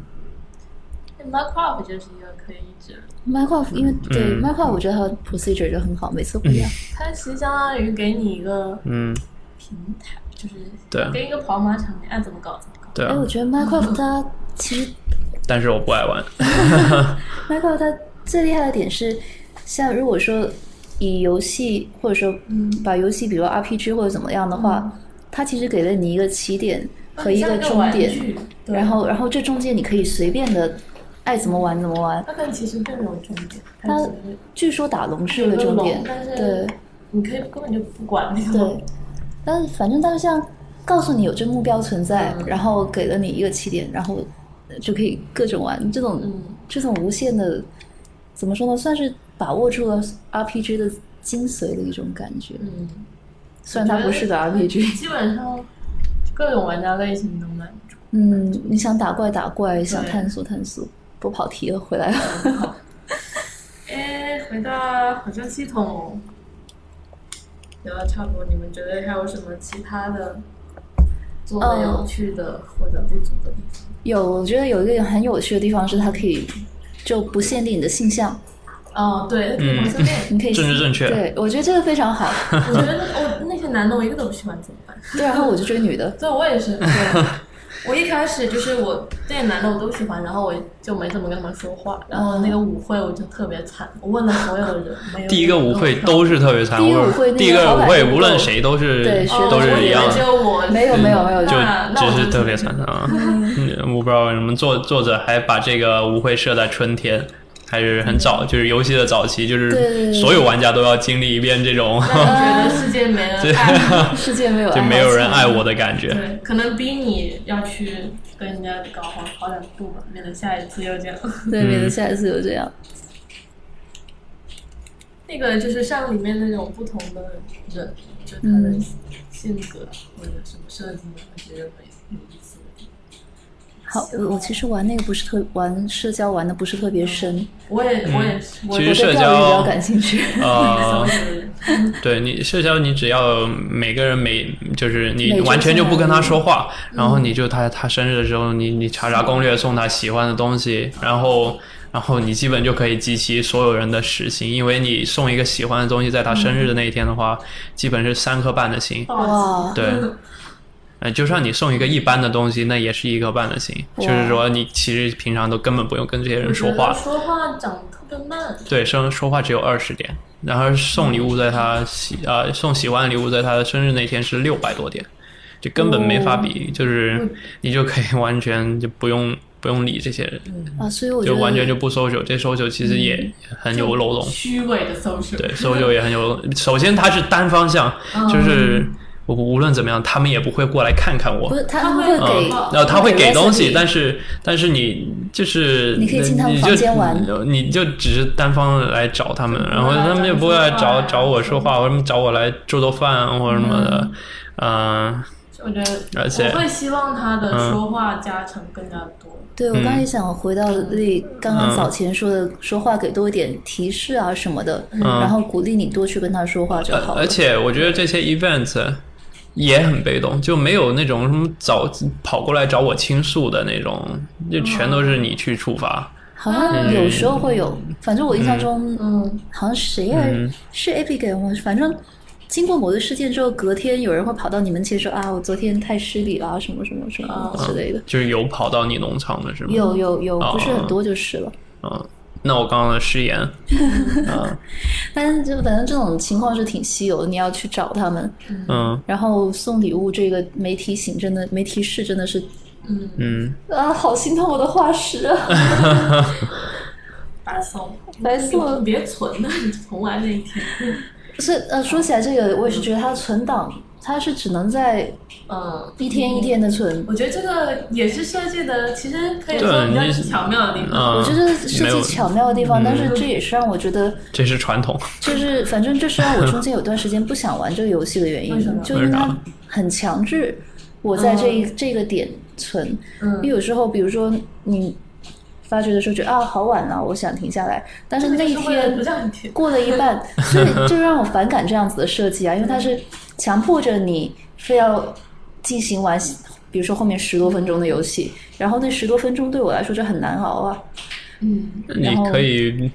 S2: Minecraft 就是一个可以一直，
S3: ，Minecraft 因为对
S4: 嗯
S3: Minecraft 我觉得它的 procedure 就很好，每次不一样。
S2: 它其实相当于给你一个
S4: 嗯，
S2: 平台，就是
S4: 对啊
S2: 跟一个跑马场，你爱怎么搞怎么搞。
S4: 对
S3: 哎，
S4: 啊
S3: 我，觉得 Minecraft 它其实
S4: 但是我不爱玩。
S3: 嗯 Michael 他最厉害的点是，像如果说以游戏或者说
S2: 嗯
S3: 把游戏，比如 RPG 或者怎么样的话，它其实给了你一个起点和一
S2: 像一个
S3: 终
S2: 玩
S3: 点
S2: 具，对
S3: 然后然后这中间你可以随便的爱怎么玩怎么玩。
S2: 它可能其实并没有终点，它
S3: 它
S2: 只是
S3: 据说打龙是
S2: 有
S3: 个
S2: 个
S3: 终
S2: 笼
S3: 点，
S2: 但是
S3: 对
S2: 你可以根本就不管那个
S4: 嗯
S3: 对，但是反正但是像告诉你有这目标存在，
S4: 嗯
S3: 然后给了你一个起点，然后就可以各种玩这种、
S4: 嗯
S2: 嗯
S3: 这种无限的，怎么说呢？算是把握住了 RPG 的精髓的一种感觉。
S2: 嗯，
S3: 虽然它不是个 RPG，
S2: 基本上各种玩家类型都满足。
S3: 嗯，你想打怪打怪，想探索探索，不跑题了，回来了。
S2: 哎，回到好像系统聊得差不多，你们觉得还有什么其他的做的有趣的或者不足的地方？
S3: 有，我觉得有一个很有趣的地方是它可以就不限定你的性向，
S2: 哦，对，可以同性恋。
S3: 你可以
S4: 政治正确
S3: 对我觉得这个非常好。
S2: 我觉得那我那些男的我一个都不喜欢，怎么办？
S3: 对，然后我就追女的。
S2: 对，我也是。对我一开始就是我对男的我都喜欢，然后我就没怎么跟他们说话。然后那个舞会我就特别惨，我问了所有人，没有
S4: 第一个舞
S2: 嗯
S4: 会都是特别惨，
S3: 第一个
S4: 我
S3: 舞会那个
S4: 第一个
S3: 老
S4: 舞
S3: 板
S4: 会
S3: 就
S4: 无论
S3: 够
S4: 谁都是
S3: 对学
S2: 哦
S4: 都
S2: 我
S4: 是
S2: 以
S4: 一样
S2: 为只
S4: 的，
S2: 有我
S3: 没有没有没有，
S2: 那那
S4: 就
S2: 我
S4: 只是
S2: 就
S4: 特别 惨啊。嗯我不知道为什么作作者还把这个舞会设在春天。还是很早，就是游戏的早期，就
S3: 嗯对对
S4: 是
S3: 对
S4: 所有玩家都要经历一遍这种，
S2: 让你觉得世界没 人爱，
S3: 世界没有
S4: 就
S3: 爱好
S4: 没有人
S3: 者
S4: 爱我的感觉。
S2: 对，可能逼你要去跟人家搞好好感度吧，免得下一次又这样。
S3: 对，
S4: 嗯
S3: 免得下一次有这样。
S2: 那个就是像里面那种不同的人，就他的
S4: 嗯
S2: 性格或者什么设计，啊我觉得很有意思。
S3: 好，呃我我其实玩那个不是特玩社交玩的不是特别深，
S2: 我也我也是，我
S4: 其
S2: 也
S3: 我对
S4: 实嗯社
S3: 钓鱼比较
S4: 交，
S3: 感兴 趣。
S4: 呃，
S2: 是
S4: 对你社交，你只要每个人每就是
S3: 每
S4: 你
S3: 周
S4: 完全就不跟他
S3: 见
S4: 说话，然后你就他他生日的时候，你你查查攻略，送他喜欢的东西，然后然后你基本就可以集齐所有人的实心，因为你送一个喜欢的东西，在他生日的那一天的话，基本是三颗半 的心，
S2: 哦
S3: 哇，
S4: 对。呃，就算你送一个一般的东西，那也是一颗半的心，就是说你其实平常都根本不用跟这些人说话，
S2: 说话长得特别慢，
S4: 对，生说话只有二十点，然后送礼物在他喜呃送喜欢的礼物在他的生日那天是六百多点，就根本没法比，就是你就可以完全就不用不用理这些人，
S3: 啊，所以我觉
S4: 就
S3: 得
S4: 完全就不 social，这 social 其实也很有漏洞，
S2: 虚伪的 social。
S4: 对，social 也很有漏洞。首先它是单方向，就是我无论怎么样，他们也不会过来看看我
S3: 不，是他
S2: 他
S3: 们
S2: 会
S3: 会
S2: 嗯
S3: 给，
S4: 然后他会给东西，但
S3: 是
S4: 是但是你就是
S3: 你可以进他们
S4: 你就
S3: 房间玩
S4: 你就只是单方来找他们，然后他们就不会来找找我说话，或者找我来做做饭啊或者什么的，嗯，
S2: 我觉得
S4: 而且嗯
S2: 我会希望他的说话加成更加多。
S3: 对我刚刚也想回到丽刚
S4: 嗯
S3: 刚早前说的，说话给多一点提示啊什么的，然后鼓励你多去跟他说话就好了。
S4: 嗯呃而且我觉得这些 event 也很被动，就没有那种什么找跑过来找我倾诉的那种，就全都是你去触发。
S3: 好
S4: 嗯
S3: 像有时候会有，反正我印象中，嗯，好像谁呀、
S4: 嗯
S3: 是 A P 给我，反正经过某个事件之后，隔天有人会跑到你门前说啊，我昨天太失礼了啊，什么什么什么
S4: 哦
S3: 之类的。
S4: 就是有跑到你农场的是吗？
S3: 有有有，
S4: 哦
S3: 不是很多就是了。
S4: 嗯，那我刚刚的失言，
S3: 但是就反正这种情况是挺稀有的，你要去找他们。
S4: 嗯
S3: 然后送礼物这个没提醒，真的没提示，真的是
S4: 嗯，
S3: 啊，好心疼我的化石 啊，
S2: 白送，
S3: 白送了
S2: 你别存了，啊你从来那一天。
S3: 是呃，说起来这个，我也是觉得它存档，它是只能在
S2: 嗯，
S3: 一天一天的存。
S2: 我觉得这个也是设计的，其实可以说比
S4: 对，
S2: 较
S4: 你
S2: 巧妙的地方。
S4: 嗯
S3: 我觉得设
S4: 没有嗯
S3: 计巧妙的地方，但是这也是让我觉得，
S4: 这是传统。
S3: 就是反正这是让我中间有段时间不想玩这个游戏的原因，就因为它很强制我在这一这个点存。
S2: 嗯
S3: 因为有时候，比如说你发觉的时候觉得啊好晚了，我想停下来，但是那一
S2: 这个就是为了
S3: 天
S2: 不让你停
S3: 过了一 半，所以就让我反感这样子的设计啊，因为它是强迫着你非要进行完，比如说后面十多分钟的游戏，然后那十多分钟对我来说就很难熬啊。
S2: 嗯，
S4: 你
S3: 然后
S4: 可以，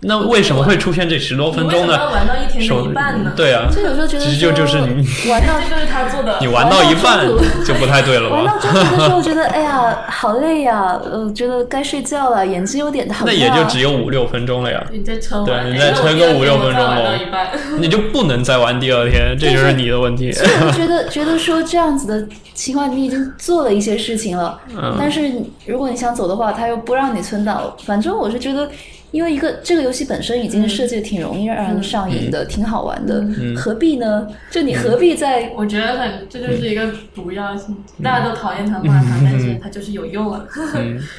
S4: 那为什么会出现这十多分钟
S2: 你为什么要玩
S4: 呢？
S2: 到一天的
S4: 手
S2: 一半呢？，
S4: 对啊，
S3: 所以有时候觉得
S4: 其实就就是你
S3: 说玩到
S2: 这就是他做的。
S4: 你玩到一半
S3: 玩到中途
S4: 就不太对了
S3: 玩到
S4: 吧？
S3: 中途的时候，觉得哎呀，好累呀、呃，觉得该睡觉了，眼睛有点疼、啊。
S4: 那也就只有五六分钟了呀，
S2: 你再撑
S4: 对
S2: 完，哎
S4: 你再撑个五六分钟
S2: 哎那我
S4: 哦
S2: 第二天又再玩到一半。
S4: 你就不能再玩第二天，这就是你的问题。
S3: 我觉得觉得说这样子的情况，你已经做了一些事情了，但是如果你想走的话，他又不让你存档。反正我是觉得，因为一个这个游戏本身已经设计的挺容易让
S2: 嗯
S3: 人上瘾的，挺好玩的，何必呢？就你何必在？
S2: 我觉得很，这就是一个毒药性，
S4: 嗯
S2: 大家都讨厌他骂他，但是他就是有用 啊。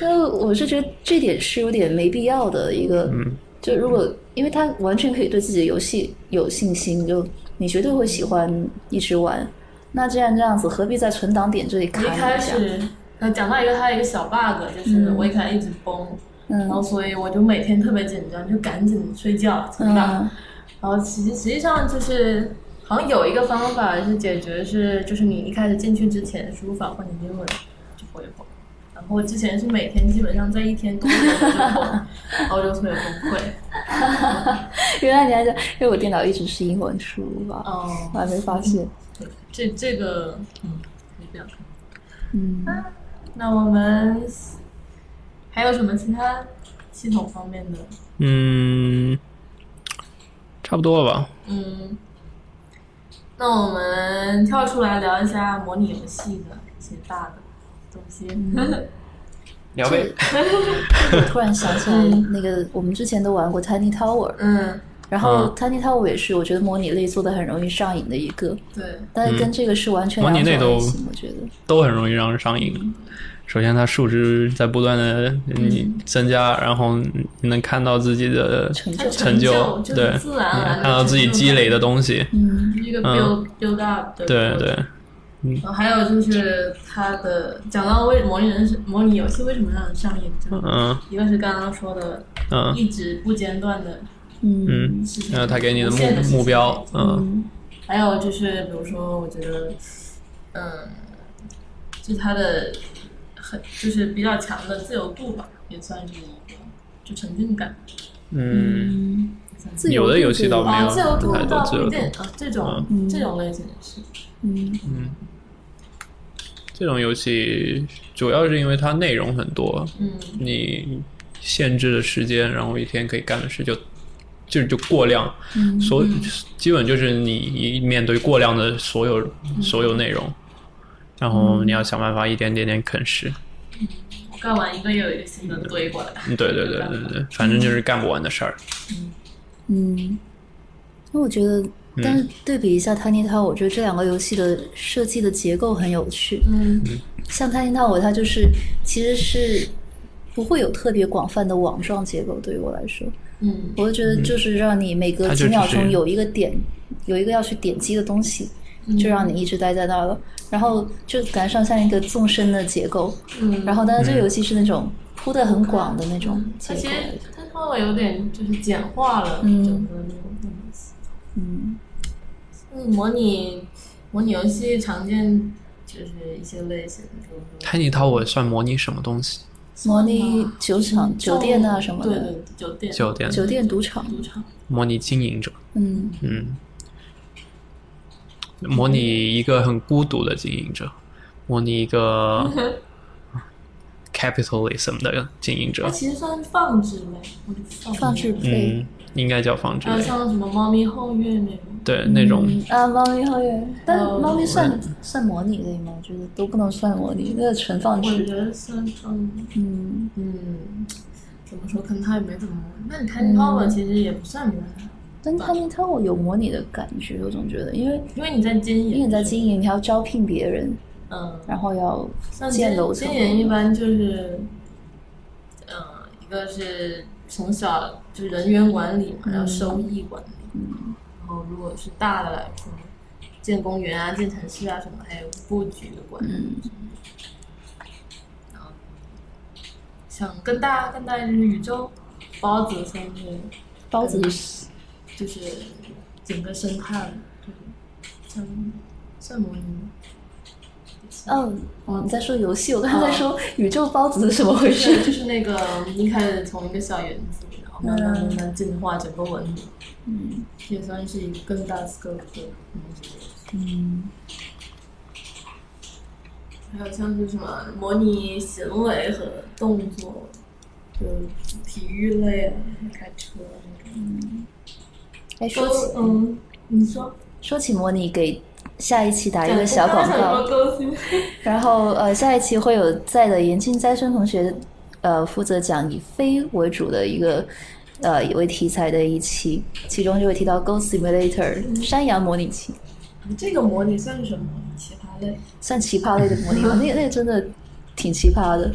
S3: 那我是觉得这点是有点没必要的一个，就如果因为他完全可以对自己的游戏有信心，就你绝对会喜欢一直玩。那这样这样子，何必在存档点这里卡
S2: 我一
S3: 你
S2: 开
S3: 下？嗯
S2: 始，呃，讲到一个他一个小 bug，就是我一开始一直崩，然后
S3: 嗯
S2: 所以我就每天特别紧张，就赶紧睡觉存档。
S3: 嗯
S2: 然后其实实际上就是，好像有一个方法是解决是，就是你一开始进去之前输入法换成英文就活跃活。然后我之前是每天基本上在一天多久就活，然后就特别崩溃。
S3: 原来你还讲，因为我电脑一直是英文输入吧，
S2: 哦，
S3: 我还没发现。
S2: 这这个嗯，可以这样说。
S3: 嗯，
S2: 那我们还有什么其他系统方面的？
S4: 嗯，差不多了吧。
S2: 嗯，那我们跳出来聊一下模拟游戏的一些大的东西。嗯
S4: 聊呗。
S3: 我突然想起来，那个我们之前都玩过 Tiny Tower，
S2: 嗯，
S3: 然后
S4: 嗯
S3: Tiny Tower 也是我觉得模拟类做的很容易上瘾的一个，
S2: 对。
S3: 但是跟这个是完全
S4: 嗯模拟
S3: 两种
S4: 类都
S3: 类型，我觉得。
S4: 都很容易让人上瘾。首先，它数值在不断的
S2: 嗯
S4: 你增加，然后你能看到自己的
S3: 成就
S4: 成
S2: 成就
S4: 对，
S2: 就是自然而然的
S4: 嗯看到自己积累的东西，
S3: 嗯，
S2: 一个
S4: 嗯
S2: build build up 的
S4: 对
S2: 过程
S4: 对。
S2: 然后还有就是它的讲到为模拟人生模拟游戏为什么让人上瘾，就是
S4: 嗯
S2: 一个是刚刚说的，
S4: 嗯
S2: 一直不间断的
S4: 嗯，
S2: 事情，
S4: 然后它给你的
S2: 无限的事
S4: 目
S2: 情
S4: 目标，嗯
S2: 还有就是比如说，我觉得，嗯，就它的很就是比较强的自由度吧，也算是一个就沉浸感。
S4: 嗯，
S3: 自由
S4: 有的游戏倒
S3: 度
S4: 没
S2: 啊，
S4: 有
S2: 自由度
S4: 太多
S2: 倒
S4: 自
S2: 不
S4: 由
S2: 一
S4: 度
S2: 定，啊，这种、这种类型的是，
S3: 嗯
S4: 这种游戏主要是因为它内容很多，
S2: 嗯
S4: 你限制的时间，然后一天可以干的事就就就过量，
S2: 嗯
S4: 所基本就是你面对过量的所有所有内容，然后
S2: 嗯
S4: 你要想办法一点点点啃食。
S2: 我干完一个又有一个新的堆过来。
S4: 嗯对对对对对，反正就是干不完的事儿。
S3: 嗯，那我觉得，
S4: 嗯
S3: 但是对比一下 Tiny Tower，我觉得这两个游戏的设计的结构很有趣。
S2: 嗯
S3: 像 Tiny Tower，它就是其实是不会有特别广泛的网状结构，对于我来说，
S2: 嗯
S3: 我就觉得就是让你每
S4: 它
S3: 隔
S4: 就
S3: 几秒
S4: 只是
S3: 钟有一个点，有一个要去点击的东西，就让
S2: 嗯
S3: 你一直待在那儿了，然后就感觉上像一个纵深的结构。
S2: 嗯，
S3: 然后，但是这个游戏是那种铺的很广的那种结
S2: 它其
S3: 构
S2: 实。它稍微有点就是简化了
S3: 嗯
S2: 整个那种东西。
S3: 嗯
S2: 嗯，模拟模拟游戏常见就是一些类型，比如说
S4: Tiny Tower 算模拟什么东西？
S3: 模拟酒厂、酒店啊什么
S2: 对
S3: 的，
S2: 对，酒店、
S4: 酒店
S3: 酒店、赌场，
S2: 赌场，
S4: 模拟经营者，
S3: 嗯
S4: 嗯，模拟一个很孤独的经营者，模拟一个
S3: 嗯
S4: capitalism 的经营
S2: 它
S4: 者，
S2: 其实算是放置类，我觉得
S3: 放
S2: 置类。
S3: 置配，
S4: 嗯，应该叫放置
S2: 还有
S4: 类，
S2: 像什么猫咪后院那种，
S4: 对那种
S3: 嗯啊，猫咪后院，但
S2: 哦
S3: 猫咪算算模拟类吗？我觉得都不能算模拟，那个纯放
S2: 我觉
S3: 置。
S2: 得算放，
S3: 嗯，
S2: 嗯，怎么说？可能它也没怎么。那你
S3: 嗯
S2: 看 t o 其实也不算模拟，
S3: 但它那它我有模拟的感觉，我总觉得，因为
S2: 因为你在经
S3: 因为
S2: 营，
S3: 你在经营，你还要招聘别人，
S2: 嗯，
S3: 然后要
S2: 像
S3: 建楼嗯层
S2: 今年一般就是，呃，一个是从小就是人员管理嘛，
S3: 嗯
S2: 然后收益管理，然后如果是大的来说，
S3: 嗯
S2: 建公园啊、建城市啊什么，还有布局的管理，想更大更大就是宇宙包子算是
S3: 包子
S2: 就是整个生态，就是像像模拟。
S3: 哦，我们在说游戏，我刚才在说宇宙包子是怎么回事？
S2: 就是那个一开始从一个小园子，然后慢慢慢慢进化整个文明，
S3: 嗯
S2: 也算是一个更大 scope 的东西。
S3: 嗯，
S2: 还有像是什么模拟行为和动作，就体育类啊，开车那种。
S3: 哎，
S2: 说
S3: 说
S2: 起
S3: 起
S2: 嗯，你说
S3: 说起模拟，给下一期打一个小广告。
S2: 告。
S3: 然后呃，下一期会有在的严静斋生同学，呃，负责讲以非为主的一个呃为题材的一期，其中就会提到 Go Simulator 山羊模拟器，
S2: 这个模拟算什么？其他类？
S3: 算奇葩类的模拟吗？那个那个真的挺奇葩的。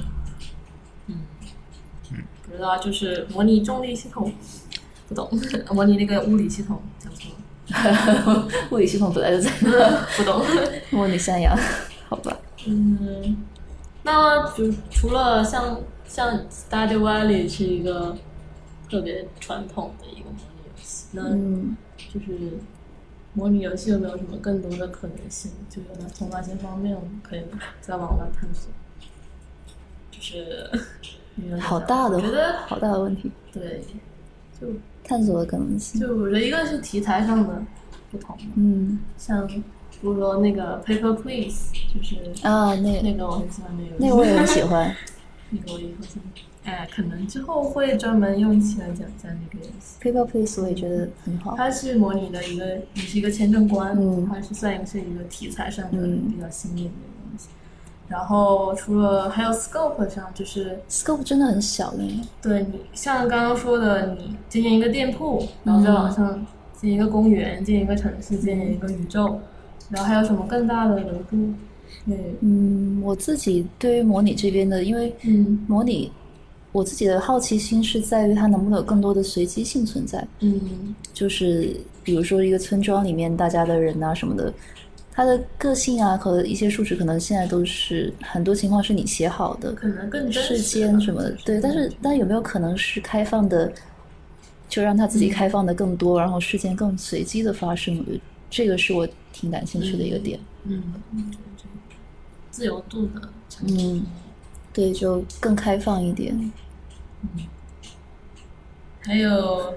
S2: 不知道，就是模拟重力系统，不懂。 模拟那个物理系统，讲错了，
S3: 物理系统本来就在
S2: 不懂。
S3: 模拟山羊， 好吧？
S2: 嗯，
S7: 那就除了像像 Stardew Valley 是一个特别传统的一个模拟游戏，那
S3: 嗯，
S7: 就是
S2: 模拟游戏有没有什么更多的可能性？就是那从哪些方面我们可以再往外探索？就是你们
S3: 好大的
S2: 我觉得
S3: 好大的问题，
S2: 对，就
S3: 探索的可能性。
S2: 就我觉得一个是题材上的不同，
S3: 嗯
S2: 像比如说那个 Paper Please，就是
S3: 啊，那个
S2: 那个我很喜欢那个，
S3: 那个我也很喜欢。
S2: 那个我以后想，哎，可能之后会专门用一期来讲一下那个游戏。
S3: Paper Please 我也觉得很好。
S2: 它是模拟的一个，你是一个签证官，
S3: 嗯
S2: 它是算是一个题材上的
S3: 嗯
S2: 比较新颖的东西。然后除了还有 scope 上，就是
S3: Scope 真的很小的，
S2: 对你像刚刚说的，你经营一个店铺，然后再
S3: 嗯
S2: 往上建一个公园，建一个城市，建一个宇宙，然后还有什么更大的维度？对，
S3: 嗯，我自己对于模拟这边的，因为
S2: 嗯
S3: 模拟，我自己的好奇心是在于它能不能有更多的随机性存在，
S2: 嗯
S3: 就是比如说一个村庄里面大家的人啊什么的，他的个性啊和一些数值，可能现在都是很多情况是你写好的，
S2: 可能更真实啊
S3: 世
S2: 吧
S3: 间什么的，对，但是但有没有可能是开放的，就让它自己
S2: 嗯
S3: 开放的更多，然后事件更随机的发生？我觉得这个是我挺感兴趣的一个点。
S2: 嗯，
S7: 自由度的产生。
S3: 嗯，对，就更开放一点。
S2: 还有，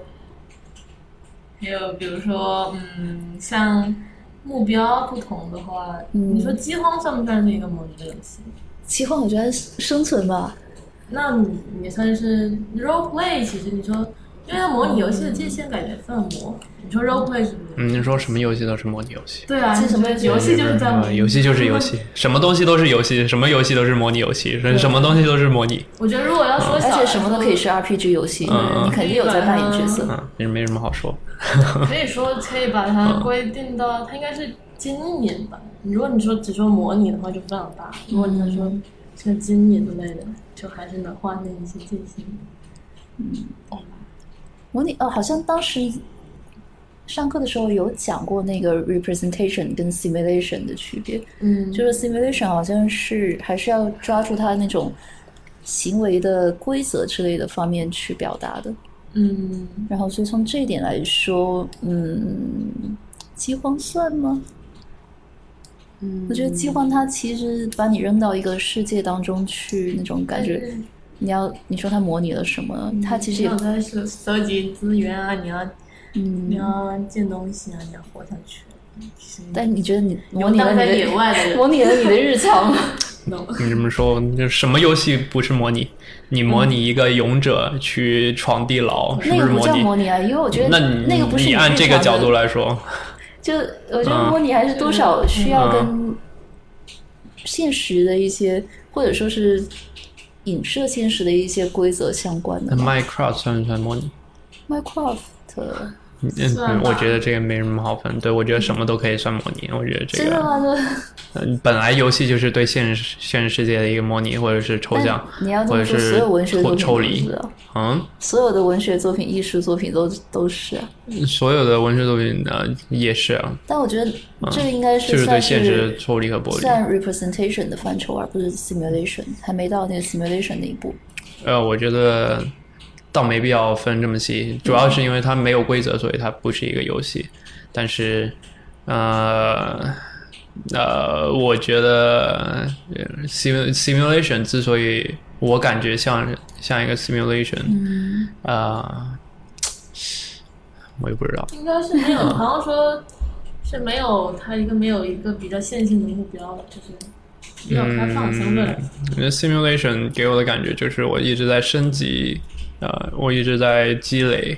S2: 还有，比如说，嗯，像目标不同的话，
S3: 嗯
S2: 你说饥荒算不算是一个模拟的游戏？
S3: 奇幻我觉得生存吧，
S2: 那你你算是 role play？其实你说，因为它模拟游戏的界限感觉非常模糊。你说 role play 是不是？
S4: 嗯，你说什么游戏都是模拟游戏，
S2: 对啊，
S3: 其实什么
S2: 你说游戏就是这样
S4: 呃，游戏就是游。
S3: 嗯
S4: 戏，什么东西都是游戏，什么游戏都是模拟游戏，什么东西都是模拟，
S2: 我觉得如果要说
S3: 嗯而
S2: 小，
S3: 且什么都可以是 RPG 游戏，
S4: 嗯
S3: 你肯定有在扮演角色。
S4: 嗯，也没什么好说。
S2: 可以说可以把它规定到，它应该是经营吧。如果你说只说模拟的话，就非常大；
S3: 嗯
S2: 如果你要说像经营类的，就还是能划定一些界限。
S3: 模拟哦，好像当时上课的时候有讲过那个 representation 跟 simulation 的区别，
S2: 嗯
S3: 就是 simulation 好像是还是要抓住它那种行为的规则之类的方面去表达的。
S2: 嗯，
S3: 然后，所以从这一点来说，嗯，饥荒算吗？
S2: 嗯
S3: 我觉得饥荒它其实把你扔到一个世界当中去，那种感觉。你要你说它模拟了什么？它其实也
S2: 嗯你要在搜搜集资源啊，你要你
S3: 嗯，
S2: 要建东西啊，你要活下去。是
S3: 但你觉得你模
S2: 游
S3: 拟了
S2: 荡
S3: 你
S2: 在
S3: 的
S2: 野外的人
S3: 模拟了你的日常吗？
S4: 你这么说，就什么游戏不是模拟？你模拟一个勇者去闯地牢，是
S3: 嗯那
S4: 不
S3: 个
S4: 是
S3: 不
S4: 模
S3: 叫
S4: 拟？
S3: 模拟啊，因为我觉得
S4: 那你
S3: 那个不是
S4: 你按
S3: 日
S4: 这个
S3: 常
S4: 角
S3: 的
S4: 度来说，
S3: 就我觉得
S4: 嗯
S3: 模拟还是多少需要
S4: 嗯
S3: 跟现实的一些，或者说是影射现实的一些规则相关
S4: 那
S3: 的吧。
S4: Minecraft 算不算模拟？
S3: Minecraft
S4: 嗯
S8: 算吧，
S4: 我觉得这个没什么好分。对，我觉得什么都可以算模拟。我觉得这
S3: 嗯真的
S4: 个，
S3: 吗？这
S4: 嗯，本来游戏就是对现实现实世界的一个模拟，或者是抽象
S3: 但， 你要这
S4: 或
S3: 么
S4: 者
S3: 说，
S4: 是
S3: 所有文学作
S4: 脱
S3: 品
S4: 抽
S3: 都
S4: 离
S3: 是。啊，
S4: 嗯，
S3: 所有的文学作品、艺术作品都都是啊。
S4: 嗯所有的文学作品呃也是啊，
S3: 但我觉得这个应该
S4: 就是是对
S3: 算
S4: 现实抽离和剥离。
S3: 算 representation 的范畴，而不是 simulation，还没到那个 simulation 那一步。
S4: 呃，我觉得倒没必要分这么细，
S8: 嗯
S4: 主要是因为它没有规则，所以它不是一个游戏。但是，呃，呃，我觉得呃 simu- simulation 之所以我感觉像像一个 simulation，啊、
S8: 嗯
S4: 我也不知道。
S8: 应该是没有，好像说是没有，它一个没有一个比较线性的目标，就是比较开放，相对来说。
S4: 因为 simulation 给我的感觉就是我一直在升级，呃，我一直在积累，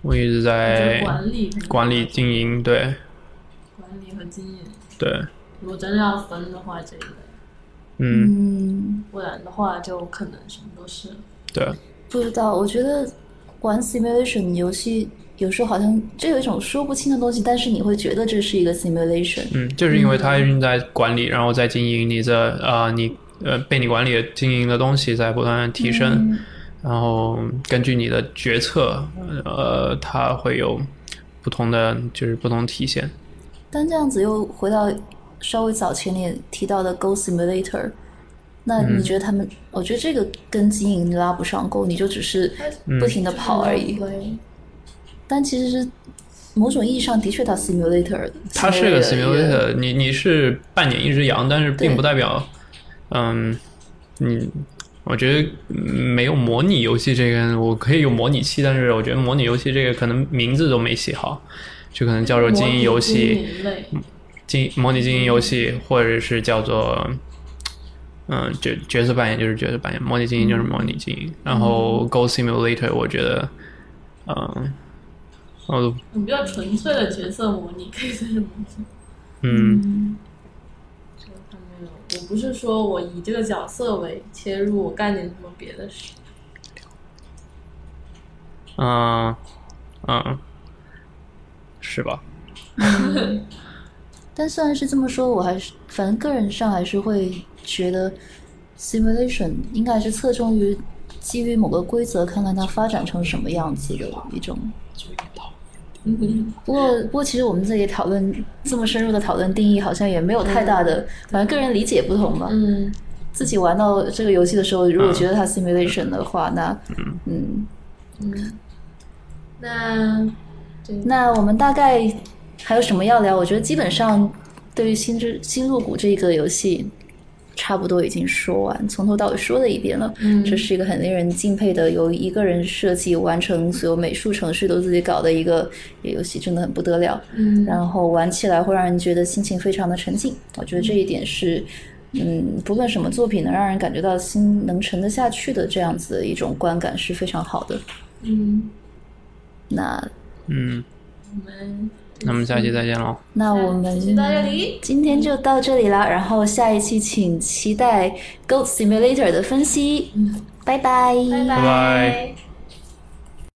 S4: 我一直在
S8: 就是管理、
S4: 哎管理经营，对
S8: 管理和经营。
S4: 对，
S8: 如果真的要分的话，这一类，
S4: 嗯，
S3: 嗯，
S8: 不然的话就可能什么都是。
S4: 对，
S3: 不知道，我觉得玩 simulation 游戏有时候好像这有一种说不清的东西，但是你会觉得这是一个 simulation。
S4: 嗯，就是因为它一直在管理，然后在经营你这呃你呃被你管理的经营的东西在不断地提升，
S3: 嗯
S4: 然后根据你的决策，呃，它会有不同的就是不同体现，
S3: 但这样子又回到稍微早前你也提到的 Go Simulator，那
S4: 嗯
S3: 你觉得他们？我觉得这个跟经营拉不上钩，你就只是
S4: 嗯
S3: 不停的跑而已。
S2: 嗯
S3: 但其实是某种意义上的确它 Simulator，
S4: 它是个
S3: simulator 的一个
S4: simulator，你你是扮演一只羊，但是并不
S3: 对
S4: 代表，嗯，你我觉得嗯没有模拟游戏这个，我可以有模拟器，但是我觉得模拟游戏这个可能名字都没写好，就可能叫做经营游戏、
S8: 一类，
S4: 经模拟经营游戏，或者是叫做嗯角角色扮演就是角色扮演，模拟经营就是模拟经营，然后 Go Simulator 我觉得，嗯，哦我都
S8: 嗯比较纯粹的角色模拟可以算是模拟。
S4: 嗯
S8: 他没有，我不是说我以这个角色为切入，我干点什么别的事。
S4: 嗯嗯，是吧？
S3: 但虽然是这么说，我还是反正个人上还是会觉得 simulation 应该还是侧重于基于某个规则，看看它发展成什么样子的一种。不过，不过，其实我们这里讨论这么深入的讨论定义，好像也没有太大的，反正个人理解不同吧。
S8: 嗯，
S3: 自己玩到这个游戏的时候，如果觉得它 simulation 的话，那嗯，
S8: 那
S3: 那我们大概还有什么要聊？我觉得基本上对于新之新入谷这个游戏，差不多已经说完，从头到尾说了一遍了。嗯，这是一个很令人敬佩的，由一个人设计完成所有美术程序都自己搞的一个游戏，真的很不得了。嗯，然后玩起来会让人觉得心情非常的沉静。我觉得这一点是。嗯，不论什么作品能让人感觉到心能沉得下去的这样子的一种观感是非常好的。
S8: 嗯，
S3: 那
S4: 嗯，
S8: 我们
S4: 那么下期再见喽。
S3: 那我们
S8: 就到这里。
S3: 今天就到这里啦，然后下一期请期待 Goat Simulator 嗯的分析。拜拜，拜拜
S4: 拜拜